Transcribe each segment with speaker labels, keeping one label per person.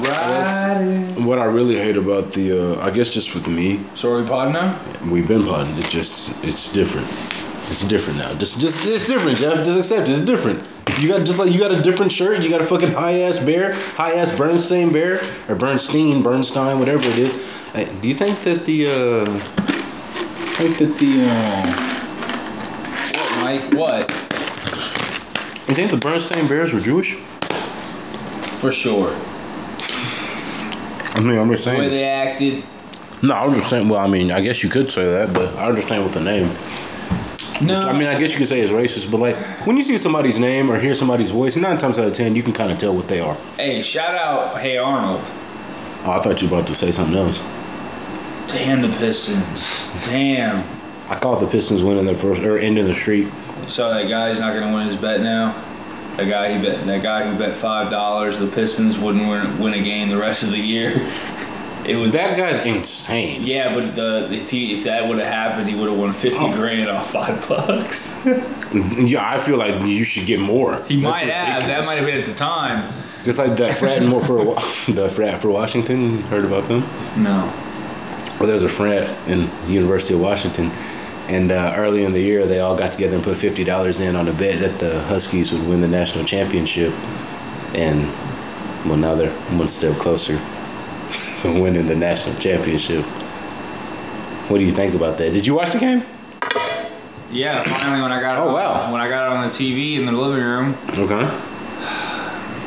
Speaker 1: Riding.
Speaker 2: What I really hate about the, uh, I guess just with me,
Speaker 1: So are we pod now?
Speaker 2: we've been potting. It just, it's different. It's different now. Just, just, it's different, Jeff. Just accept it. It's different. You got just like you got a different shirt. You got a fucking high ass bear, high ass Bernstein bear or Bernstein, Bernstein, whatever it is. Uh, do you think that the, uh, think that the, uh,
Speaker 1: What, Mike? What?
Speaker 2: you think the Bernstein bears were Jewish?
Speaker 1: For sure.
Speaker 2: I mean, I'm just
Speaker 1: The way
Speaker 2: saying.
Speaker 1: they acted.
Speaker 2: No, I understand. Well, I mean, I guess you could say that, but I understand with the name.
Speaker 1: No.
Speaker 2: I mean, I guess you could say it's racist, but like when you see somebody's name or hear somebody's voice, nine times out of ten, you can kind of tell what they are.
Speaker 1: hey, shout out, hey Arnold.
Speaker 2: Oh, I thought you were about to say something else.
Speaker 1: Damn the Pistons. Damn.
Speaker 2: I caught the Pistons winning their first or ending the streak.
Speaker 1: So that guy's not gonna win his bet now. That guy he bet that guy who bet five dollars the Pistons wouldn't win, win a game the rest of the year. It was
Speaker 2: That guy's insane.
Speaker 1: yeah, but the if he if that would have happened, he would have won fifty
Speaker 2: Oh.
Speaker 1: grand off five bucks.
Speaker 2: Yeah, I feel like you should get more.
Speaker 1: he might have. That
Speaker 2: ridiculous.
Speaker 1: might have been at the time.
Speaker 2: Just like that frat and more for Wa- the frat for Washington. You heard about them?
Speaker 1: No.
Speaker 2: Well, there's a frat in University of Washington, and uh, early in the year they all got together and put fifty dollars in on a bet that the Huskies would win the national championship, and well now they're one step closer to winning the national championship. What do you think about that? Did you watch the game?
Speaker 1: Yeah, finally when I got it
Speaker 2: Oh,
Speaker 1: on-
Speaker 2: wow.
Speaker 1: when I got it on the TV in the living room,
Speaker 2: Okay.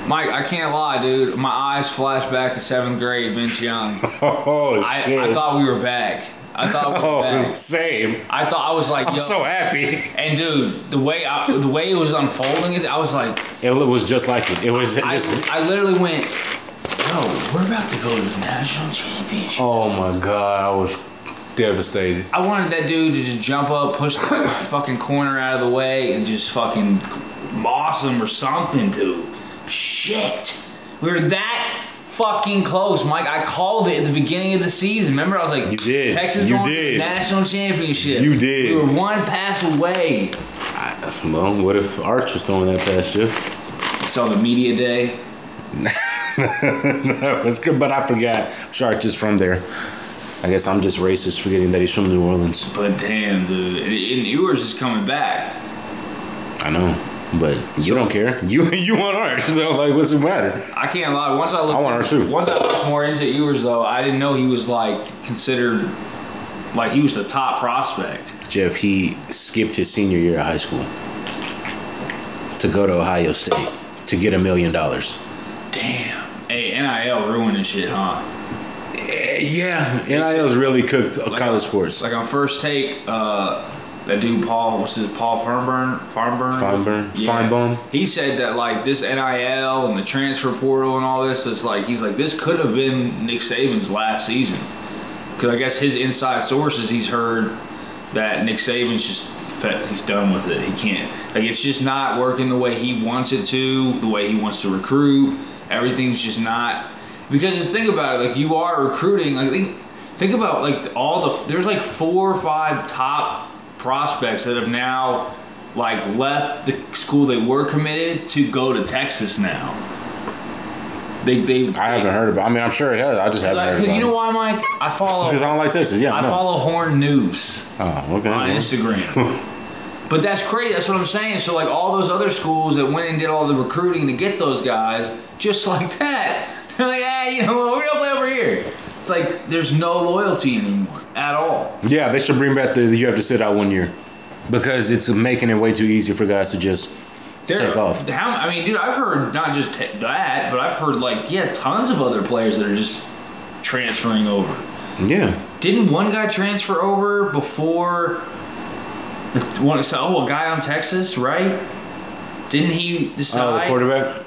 Speaker 1: Mike, I can't lie, dude. My eyes flashed back to seventh grade, Vince Young.
Speaker 2: Oh
Speaker 1: I,
Speaker 2: shit!
Speaker 1: I thought we were back. I thought we were
Speaker 2: oh,
Speaker 1: back.
Speaker 2: same.
Speaker 1: I thought I was like, yo,
Speaker 2: I'm so happy.
Speaker 1: And dude, the way I, the way it was unfolding, it I was like,
Speaker 2: It was just like it. It was
Speaker 1: I,
Speaker 2: just.
Speaker 1: I literally went, "Yo, we're about to go to the national championship."
Speaker 2: Oh my god! I was devastated.
Speaker 1: I wanted that dude to just jump up, push the fucking corner out of the way, and just fucking moss him or something, dude. Shit, we were that fucking close, Mike. I called it at the beginning of the season. Remember, I was like,
Speaker 2: You did.
Speaker 1: Texas
Speaker 2: You
Speaker 1: going to the
Speaker 2: did.
Speaker 1: national championship.
Speaker 2: You did.
Speaker 1: We were one pass away."
Speaker 2: I, well, what if Arch was throwing that past you?
Speaker 1: Saw the media day.
Speaker 2: that was good, but I forgot. Shark is from there. I guess I'm just racist forgetting that he's from New Orleans.
Speaker 1: But damn, dude, and, and Ewers is coming back.
Speaker 2: I know, but you don't care. You you want Arch, so like, what's the matter?
Speaker 1: I can't lie. Once I looked,
Speaker 2: I want Urs too.
Speaker 1: once I looked more into Ewers, though, I didn't know he was like considered, like he was the top prospect.
Speaker 2: Jeff, he skipped his senior year of high school to go to Ohio State to get a million dollars.
Speaker 1: Damn. Hey, NIL ruining shit, huh?
Speaker 2: Eh, Yeah, NIL's really cooked college sports.
Speaker 1: Like on first take, uh, that dude Paul, what's his Paul Farnburn, Farnburn,
Speaker 2: Feinburn? Feinbaum?
Speaker 1: He said that like this NIL and the transfer portal and all this, it's like he's like this could have been Nick Saban's last season. Because I guess his inside sources, he's heard that Nick Saban's just fed- he's done with it. He can't like it's just not working the way he wants it to, the way he wants to recruit. Everything's just not because just think about it. Like you are recruiting. Like think think about like all the there's like four or five top prospects that have now like left the school they were committed to go to Texas now. They they
Speaker 2: I haven't heard about. I mean, I'm sure it has. I just haven't heard
Speaker 1: because
Speaker 2: about.
Speaker 1: you know
Speaker 2: it.
Speaker 1: why, Mike? I follow
Speaker 2: 'Cause I don't like Texas. Yeah, I,
Speaker 1: I
Speaker 2: know.
Speaker 1: follow Horn News
Speaker 2: Oh, okay.
Speaker 1: on
Speaker 2: well.
Speaker 1: Instagram. but that's crazy. That's what I'm saying. So like all those other schools that went and did all the recruiting to get those guys, just like that, they're like, hey, you know what? We're gonna play over here. It's like there's no loyalty anymore at all.
Speaker 2: Yeah, they should bring back the you have to sit out one year because it's making it way too easy for guys to just.
Speaker 1: They're-
Speaker 2: Take off.
Speaker 1: How, I mean, dude, I've heard not just t- that, but I've heard like yeah, tons of other players that are just transferring over.
Speaker 2: Yeah.
Speaker 1: Didn't one guy transfer over before? the One, so, oh, a guy on Texas, right? Didn't he
Speaker 2: Oh,
Speaker 1: decide?
Speaker 2: the quarterback.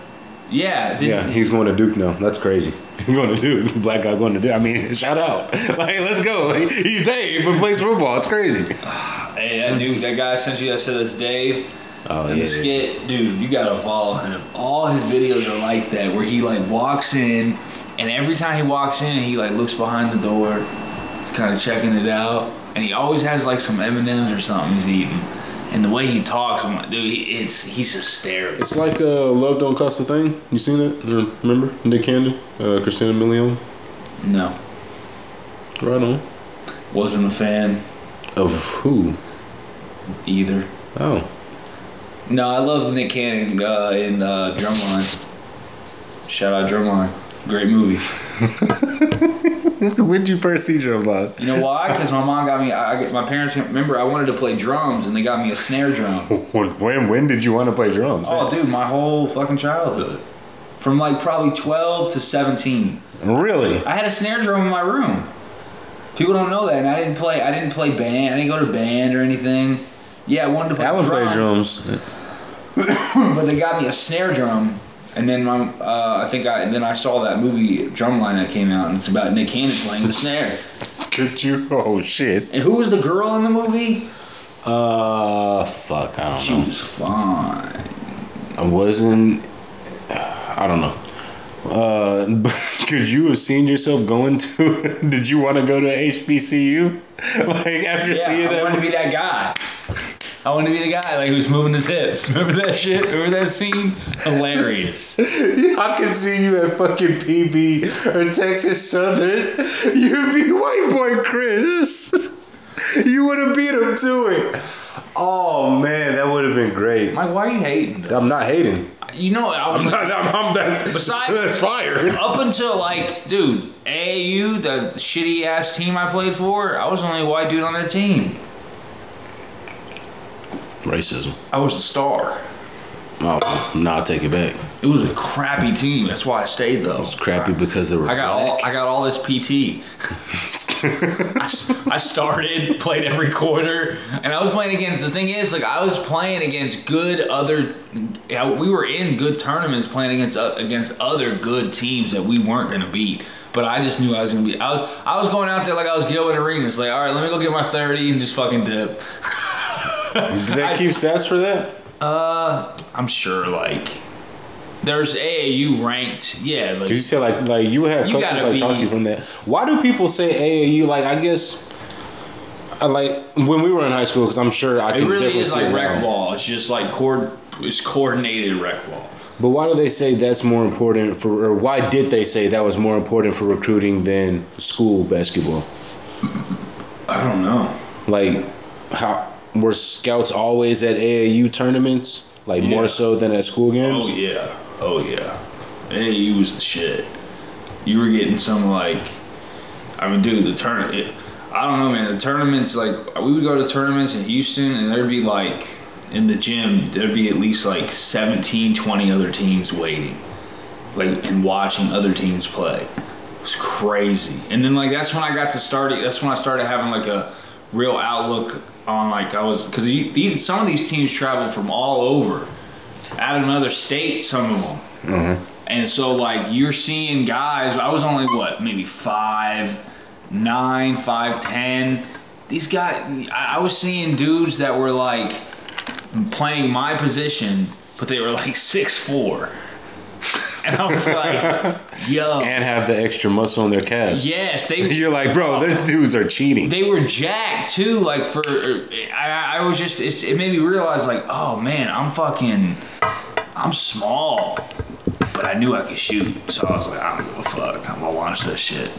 Speaker 1: Yeah, didn't,
Speaker 2: Yeah, he's going to Duke now. That's crazy. He's going to Duke. Black guy going to Duke. I mean, shout out. Like, let's go. He- He's Dave, but plays football. It's crazy.
Speaker 1: Hey, that dude, that guy sent you that said it's Dave.
Speaker 2: Oh
Speaker 1: And the skit, dude, you gotta follow him. All his videos are like that, where he like walks in, and every time he walks in, he like looks behind the door, he's kind of checking it out, and he always has like some M and M's or something he's eating. And the way he talks, I'm like, dude, he, it's he's hysterical.
Speaker 3: It's like uh, Love Don't Cost a Thing. You seen it? Or Remember? Nick Cannon, uh, Christina Milian.
Speaker 1: No,
Speaker 3: Right on.
Speaker 1: wasn't a fan
Speaker 3: Of who?
Speaker 1: either.
Speaker 3: Oh.
Speaker 1: No, I love Nick Cannon uh, in uh, Drumline. Shout out Drumline, great movie.
Speaker 3: when did you first see Drumline?
Speaker 1: You know why? Because my mom got me. I, I- my parents remember I wanted to play drums, and they got me a snare drum.
Speaker 3: When, when when did you want to play drums?
Speaker 1: Oh, dude, my whole fucking childhood, from like probably 12 to 17.
Speaker 3: Really?
Speaker 1: I had a snare drum in my room. People don't know that, and I didn't play. I didn't play band. I didn't go to band or anything. Yeah, I wanted to play
Speaker 3: Alan
Speaker 1: drums,
Speaker 3: played drums.
Speaker 1: but they got me a snare drum. And then my, uh, I think I then I saw that movie Drumline that came out, and it's about Nick Cannon playing the snare.
Speaker 3: Did you? Oh shit.
Speaker 1: And who was the girl in the movie?
Speaker 2: Uh, fuck, I don't
Speaker 1: She
Speaker 2: know.
Speaker 1: was fine.
Speaker 2: I wasn't. I don't know.
Speaker 3: Uh, could you have seen yourself going to? did you want to go to HBCU? Like after
Speaker 1: Yeah,
Speaker 3: seeing
Speaker 1: I
Speaker 3: that?
Speaker 1: wanted to be that guy. I wanted to be the guy like who's moving his hips. Remember that shit? Remember that scene? Hilarious.
Speaker 3: Yeah, I could see you at fucking PB or Texas Southern. You'd be white boy Chris. You would have beat him to it. Oh man, that would have been great.
Speaker 1: Mike, why are you hating?
Speaker 3: I'm not hating.
Speaker 1: You know, I was
Speaker 3: I'm not. I'm, I'm- that's,
Speaker 1: Besides-
Speaker 3: that's fire.
Speaker 1: up until like, dude, AAU, the shitty ass team I played for, I was the only white dude on that team.
Speaker 2: Racism.
Speaker 1: I was the star.
Speaker 2: Oh, no, I'll take it back.
Speaker 1: It was a crappy team. That's why I stayed though.
Speaker 2: It's crappy because they were
Speaker 1: I got all
Speaker 2: black.
Speaker 1: I got all this PT. I, s- I started, played every quarter, and I was playing against. The thing is, like I was playing against good other. yeah, We were in good tournaments playing against o- against other good teams that we weren't gonna beat. But I just knew I was gonna be. I was I was going out there like I was Gilbert Arenas. Like, all right, let me go get my thirty and just fucking dip.
Speaker 3: Did they keep stats for that?
Speaker 1: Uh, I'm sure like there's AAU ranked. Yeah, like
Speaker 3: Cause you said like like you would have
Speaker 1: You
Speaker 3: coaches
Speaker 1: gotta
Speaker 3: like talk
Speaker 1: be-
Speaker 3: to you from that. Why do people say AAU? Like I guess,
Speaker 2: uh,
Speaker 3: I like when we were in high school, because I'm sure I
Speaker 1: It
Speaker 3: can
Speaker 1: really
Speaker 3: definitely
Speaker 1: is
Speaker 3: see
Speaker 1: like
Speaker 3: it
Speaker 1: rec
Speaker 3: now.
Speaker 1: ball. It's just like cord. It's coordinated rec ball.
Speaker 2: But why do they say that's more important for, or why did they say that was more important for recruiting than school basketball?
Speaker 1: I don't know.
Speaker 2: Like, how were scouts always at AAU tournaments? Like
Speaker 1: Yeah.
Speaker 2: more so than at school games.
Speaker 1: Oh yeah. Oh yeah. AAU was the shit. You were getting some like, I mean, dude, the turn. It, I don't know, man. The tournaments, like, we would go to tournaments in Houston, and there'd be like, in the gym, there'd be at least like 17, 20 other teams waiting, like, and watching other teams play. It was crazy. And then like that's when I got to start. That's when I started having like a real outlook on like I was because these some of these teams travel from all over out of another state, some of them.
Speaker 2: Mm-hmm.
Speaker 1: And so, like, you're seeing guys, I was only what, maybe five, nine, five, ten. These guys, I I was seeing dudes that were like playing my position, but they were like six four. And I was like, yo,
Speaker 2: And have the extra muscle in their calves.
Speaker 1: yes,
Speaker 2: So
Speaker 1: they
Speaker 2: You're like, bro, those dudes are cheating.
Speaker 1: they were jacked too. Like for, I, I was just it, it made me realize like, oh man, I'm fucking, I'm small, but I knew I could shoot. So I was like, I don't give a fuck. I'm gonna watch this shit.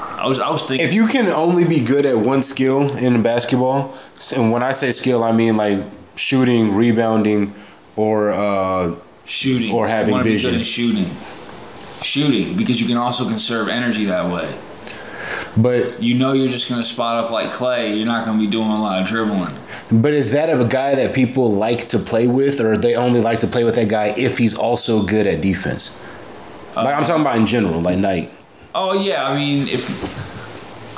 Speaker 1: I was I was thinking
Speaker 3: If you can only be good at one skill in basketball, and when I say skill, I mean like shooting, rebounding, or uh,
Speaker 1: shooting
Speaker 3: or having
Speaker 1: You wanna be
Speaker 3: vision.
Speaker 1: good at shooting, shooting because you can also conserve energy that way.
Speaker 2: But
Speaker 1: You know you're just gonna spot up like Clay. You're not gonna be doing a lot of dribbling.
Speaker 2: but is that a guy that people like to play with, or they only like to play with that guy if he's also good at defense? Like I'm talking about in general, like like
Speaker 1: Oh yeah, I mean if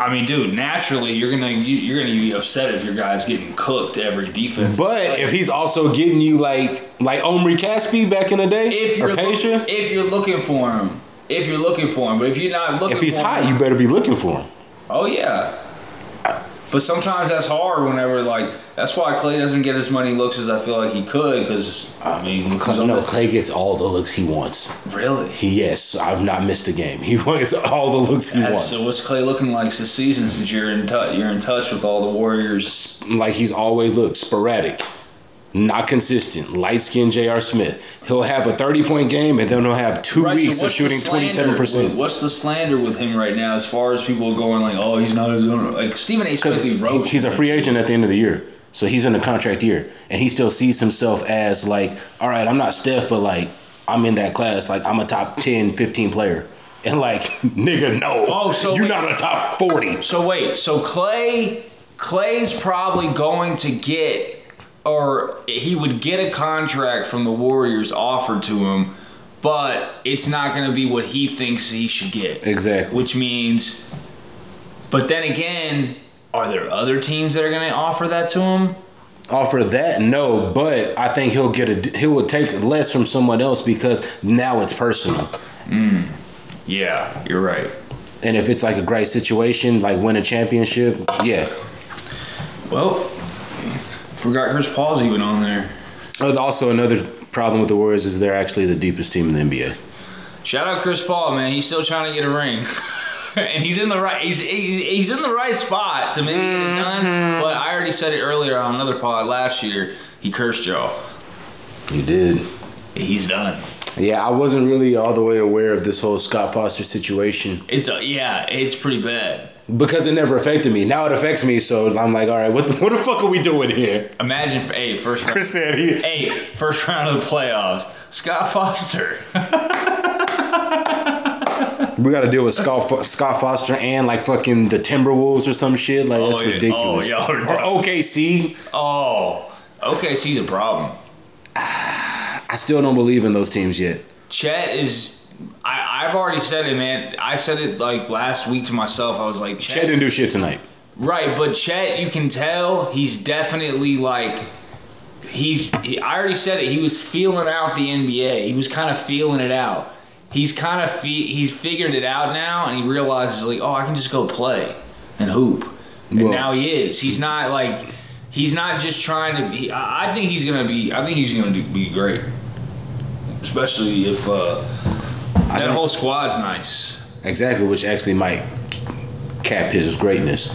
Speaker 1: I mean, dude, naturally you're gonna you, you're gonna be upset if your guy's getting cooked every defense.
Speaker 3: but if he's also getting you like like Omri Caspi back in the day,
Speaker 1: if
Speaker 3: or
Speaker 1: you're
Speaker 3: Peja,
Speaker 1: look, if you're looking for him, if you're looking for him, but if you're not looking,
Speaker 3: if he's
Speaker 1: for
Speaker 3: hot,
Speaker 1: him,
Speaker 3: you better be looking for him.
Speaker 1: oh yeah, But sometimes that's hard. Whenever like that's why Clay doesn't get as many looks as I feel like he could. Because I mean,
Speaker 2: Clay, no, Clay gets all the looks he wants.
Speaker 1: really.
Speaker 2: He, yes, I've not missed a game. He wants all the looks he
Speaker 1: That's-
Speaker 2: wants.
Speaker 1: So what's Clay looking like this season since you're in touch? You're in touch with all the Warriors.
Speaker 2: like he's always looked sporadic, not consistent. Light skinned J.R. Smith. He'll have a 30 point game and then he'll have two
Speaker 1: Right, so
Speaker 2: weeks of
Speaker 1: what's the
Speaker 2: shooting
Speaker 1: slander
Speaker 2: 27%.
Speaker 1: with- What's the slander with him right now? As far as people going like, oh, he's not his own. Like Stephen A. Smith, he wrote.
Speaker 2: He's a free agent at the end of the year. So he's in a contract year. And he still sees himself as like, all right, I'm not Steph, but like, I'm in that class. Like, I'm a top 10, 15 player. And like, nigga, no.
Speaker 1: Oh, so
Speaker 2: You're
Speaker 1: wait.
Speaker 2: not a top 40.
Speaker 1: So wait, so Clay Clay's probably going to get or he would get a contract from the Warriors offered to him, but it's not going to be what he thinks he should get.
Speaker 2: Exactly.
Speaker 1: Which means but then again, are there other teams that are going to offer that to him?
Speaker 2: offer that no but i think he'll get a he will take less from someone else because now it's personal
Speaker 1: Yeah, you're right.
Speaker 2: and if it's like a great situation like win a championship yeah
Speaker 1: Well, forgot Chris Paul's even on there.
Speaker 2: Oh, also another problem with the warriors is they're actually the deepest team in the nba
Speaker 1: Shout out Chris Paul, man. He's still trying to get a ring. and he's in the right he's he- he's in the right spot to maybe get it done. But I already said it earlier on another pod last year. He cursed y'all.
Speaker 2: you did
Speaker 1: He's done.
Speaker 2: yeah i wasn't really all the way aware of this whole scott foster situation
Speaker 1: It's a, yeah, it's pretty bad.
Speaker 2: because it never affected me now it affects me so i'm like all right what the, what the fuck are we doing here
Speaker 1: Imagine for hey, first round
Speaker 3: Chris said he.
Speaker 1: hey, first round of the playoffs. Scott Foster.
Speaker 2: we got to deal with scott, Fo- scott foster and like fucking the timberwolves or some shit like that's
Speaker 1: Oh, yeah.
Speaker 2: ridiculous
Speaker 1: Oh, y'all are
Speaker 2: or okc
Speaker 1: oh. Okay, see the problem.
Speaker 2: I still don't believe in those teams yet.
Speaker 1: Chet is I, I've already said it, man. I said it like last week to myself. I was like,
Speaker 2: Chet didn't do shit tonight.
Speaker 1: Right, but Chet, you can tell he's definitely like he's. He, I already said it. He was feeling out the NBA. He was kind of feeling it out. He's kind of fe- he's figured it out now, and he realizes like, oh, I can just go play and hoop. And
Speaker 2: Well-
Speaker 1: now he is. He's not like he's not just trying to. Be, I, I think he's gonna be. I think he's gonna do, be great, especially if uh, that
Speaker 2: think-
Speaker 1: whole squad's nice.
Speaker 2: Exactly, which actually might cap his greatness.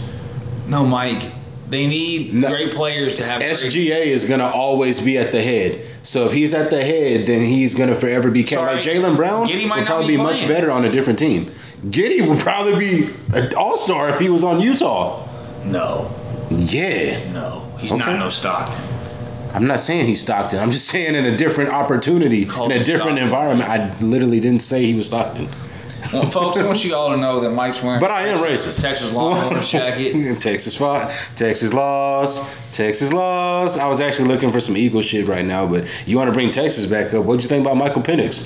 Speaker 1: No, Mike. They need
Speaker 2: No.
Speaker 1: great players to have. great-
Speaker 2: SGA is gonna always be at the head. So if he's at the head, then he's gonna forever be capped.
Speaker 1: Sorry.
Speaker 2: Like Jalen Brown
Speaker 1: Giddey might
Speaker 2: would
Speaker 1: not
Speaker 2: probably
Speaker 1: be
Speaker 2: be much
Speaker 1: playing.
Speaker 2: better on a different team. Giddy would probably be an all star if he was on Utah.
Speaker 1: No.
Speaker 2: Yeah.
Speaker 1: No, he's
Speaker 2: Okay.
Speaker 1: not no Stockton.
Speaker 2: I'm not saying he's Stockton. I'm just saying in a different opportunity,
Speaker 1: Called
Speaker 2: in a
Speaker 1: him
Speaker 2: different
Speaker 1: Stockton.
Speaker 2: environment. I literally didn't say he was Stockton.
Speaker 1: Well, folks, I want you all to know that Mike's wearing.
Speaker 2: But I am
Speaker 1: Texas-
Speaker 2: racist.
Speaker 1: Texas Longhorns jacket.
Speaker 2: Texas fought. Texas lost. Texas lost. I was actually looking for some Eagle shit right now, but you want to bring Texas back up. What'd you think about Michael Penix?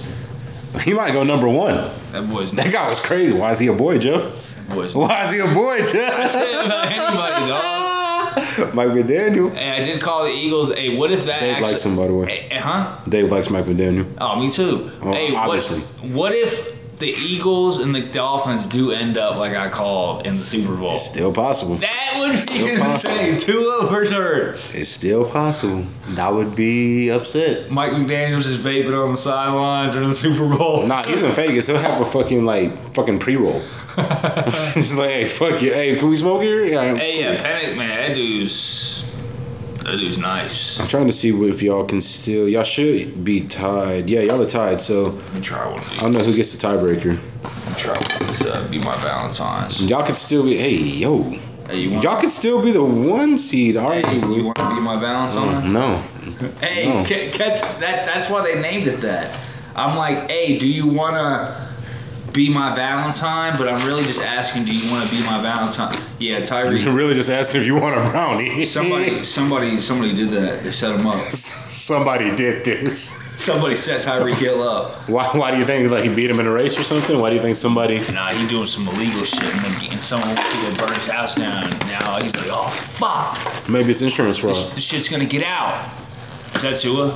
Speaker 2: He might go number one.
Speaker 1: That boy's
Speaker 2: That
Speaker 1: that
Speaker 2: guy was crazy. Why is he a boy, Jeff?
Speaker 1: boy's.
Speaker 2: Why is he a boy,
Speaker 1: Say
Speaker 2: Jeff?
Speaker 1: it about anybody, dog.
Speaker 2: Mike McDaniel.
Speaker 1: Hey, I did call the Eagles. Hey, what if that
Speaker 2: Dave
Speaker 1: actually?
Speaker 2: likes him, by the way.
Speaker 1: Hey, huh?
Speaker 2: Dave likes Mike McDaniel.
Speaker 1: Oh, me too.
Speaker 2: Well,
Speaker 1: hey, what-
Speaker 2: obviously.
Speaker 1: What, if the Eagles and the Dolphins do end up like I called in the Super Bowl?
Speaker 2: Still possible.
Speaker 1: That would be
Speaker 2: Still possible.
Speaker 1: insane. Two overturns.
Speaker 2: It's still possible. I would be upset.
Speaker 1: Mike McDaniel's just vaping on the sideline during the Super Bowl.
Speaker 2: Nah, he's in Vegas. He'll have a fucking like fucking pre roll. Just like, hey, fuck you. Hey, can we smoke here? Yeah.
Speaker 1: Hey, yeah, Panic Man, that dude's that dude's nice.
Speaker 2: I'm trying to see if y'all can still. Y'all should be tied. Yeah, y'all are tied. So
Speaker 1: Let me try one of
Speaker 2: I
Speaker 1: these.
Speaker 2: don't know who gets the tiebreaker.
Speaker 1: Let me try one of these. Uh, be my Valentine's.
Speaker 2: Y'all could still be. Hey, yo.
Speaker 1: Hey, you want?
Speaker 2: Y'all could still be the one seed. All right.
Speaker 1: Hey, you want to be my Valentine?
Speaker 2: No.
Speaker 1: Hey,
Speaker 2: No.
Speaker 1: ca- catch that. That's why they named it that. I'm like, hey, do you wanna be my Valentine? But I'm really just asking, do you wanna be my Valentine? Yeah, Tyree.
Speaker 2: really just asked if you want a brownie.
Speaker 1: Somebody, somebody, somebody did that. They set him up.
Speaker 2: Somebody did this.
Speaker 1: Somebody set Tyreek Hill up.
Speaker 2: Why? Why do you think like he beat him in a race or something? Why do you think somebody?
Speaker 1: Nah, he doing some illegal shit, and then and someone went to go burn his house down. And now he's like, oh fuck,
Speaker 2: Maybe it's insurance fraud.
Speaker 1: this shit's gonna get out. Is that Tua?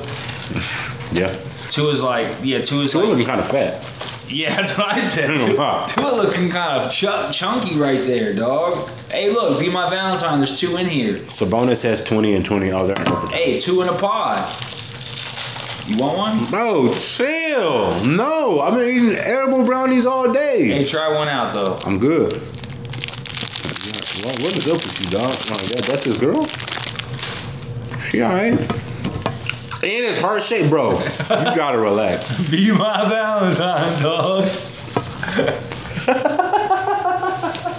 Speaker 2: Yeah.
Speaker 1: Tua's like, yeah, Tua's
Speaker 2: We're
Speaker 1: like,
Speaker 2: looking kind of fat.
Speaker 1: Yeah, that's what I said.
Speaker 2: Mm, wow.
Speaker 1: Tua looking kind of ch- chunky right there, dog. Hey, look, be my Valentine. There's two in here.
Speaker 2: Sabonis has 20 and 20 all that.
Speaker 1: Hey, two in a pod. You want one?
Speaker 2: Bro, chill. No, I've been eating edible brownies all day.
Speaker 1: Hey, try one out though.
Speaker 2: I'm good. What, what is up with you, dog? Like that, that's his girl? She alright. And it's heart shaped, bro. You gotta relax.
Speaker 1: Be my Valentine, dog.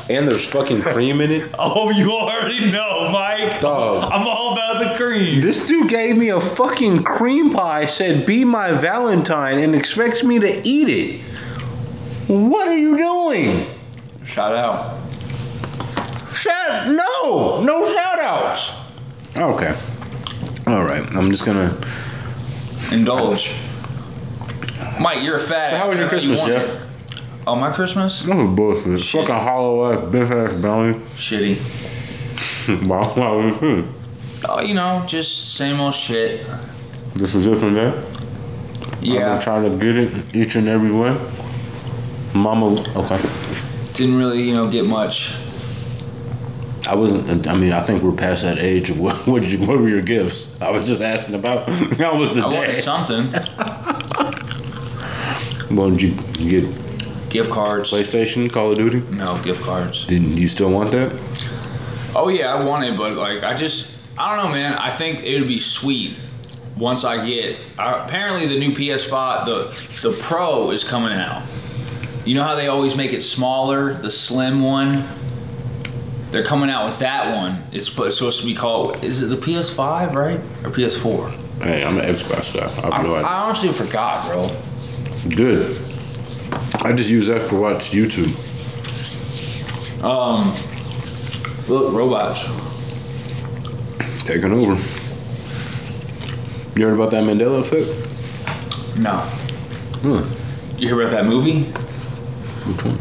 Speaker 2: And there's fucking cream in it.
Speaker 1: Oh, you already know, Mike.
Speaker 2: Dog.
Speaker 1: I'm all about the cream.
Speaker 2: This dude gave me a fucking cream pie, said be my Valentine, and expects me to eat it. What are you doing?
Speaker 1: Shout out.
Speaker 2: Shout no! No shout outs. Okay. Alright. I'm just gonna
Speaker 1: Indulge. Mike, you're a fat.
Speaker 2: So how
Speaker 1: ass.
Speaker 2: was your
Speaker 1: You
Speaker 2: Christmas,
Speaker 1: want
Speaker 2: Jeff?
Speaker 1: it? Oh, my Christmas?
Speaker 2: This is bullshit.
Speaker 1: Shit.
Speaker 2: Fucking hollow ass, bitch ass belly.
Speaker 1: Shitty.
Speaker 2: Wow, wow, hmm.
Speaker 1: Oh, you know, just same old shit.
Speaker 2: this is it from there. I've been
Speaker 1: Yeah.
Speaker 2: trying to get it each and every way. Mama, okay.
Speaker 1: Didn't really, you know, get much.
Speaker 2: I wasn't. I mean, I think we're past that age of what. What, did you, what were your gifts? I was just asking about. How was the
Speaker 1: I
Speaker 2: day?
Speaker 1: wanted something.
Speaker 2: Well, did you get
Speaker 1: gift cards.
Speaker 2: PlayStation, Call of Duty?
Speaker 1: No, gift cards.
Speaker 2: Didn't you still want that?
Speaker 1: Oh yeah, I want it, but like I just I don't know, man. I think it would be sweet once I get. Uh, apparently, the new PS5, the the Pro is coming out. You know how they always make it smaller, the slim one. They're coming out with that one. It's, pu- it's supposed to be called. Is it the PS5, right, or PS4?
Speaker 2: Hey, I'm an Xbox guy. I
Speaker 1: I,
Speaker 2: have no idea.
Speaker 1: I honestly forgot, bro.
Speaker 2: Good. I just use that to watch YouTube.
Speaker 1: Um, look, robots.
Speaker 2: Taking over. You heard about that Mandela effect?
Speaker 1: No. You hear about that movie?
Speaker 2: Which one?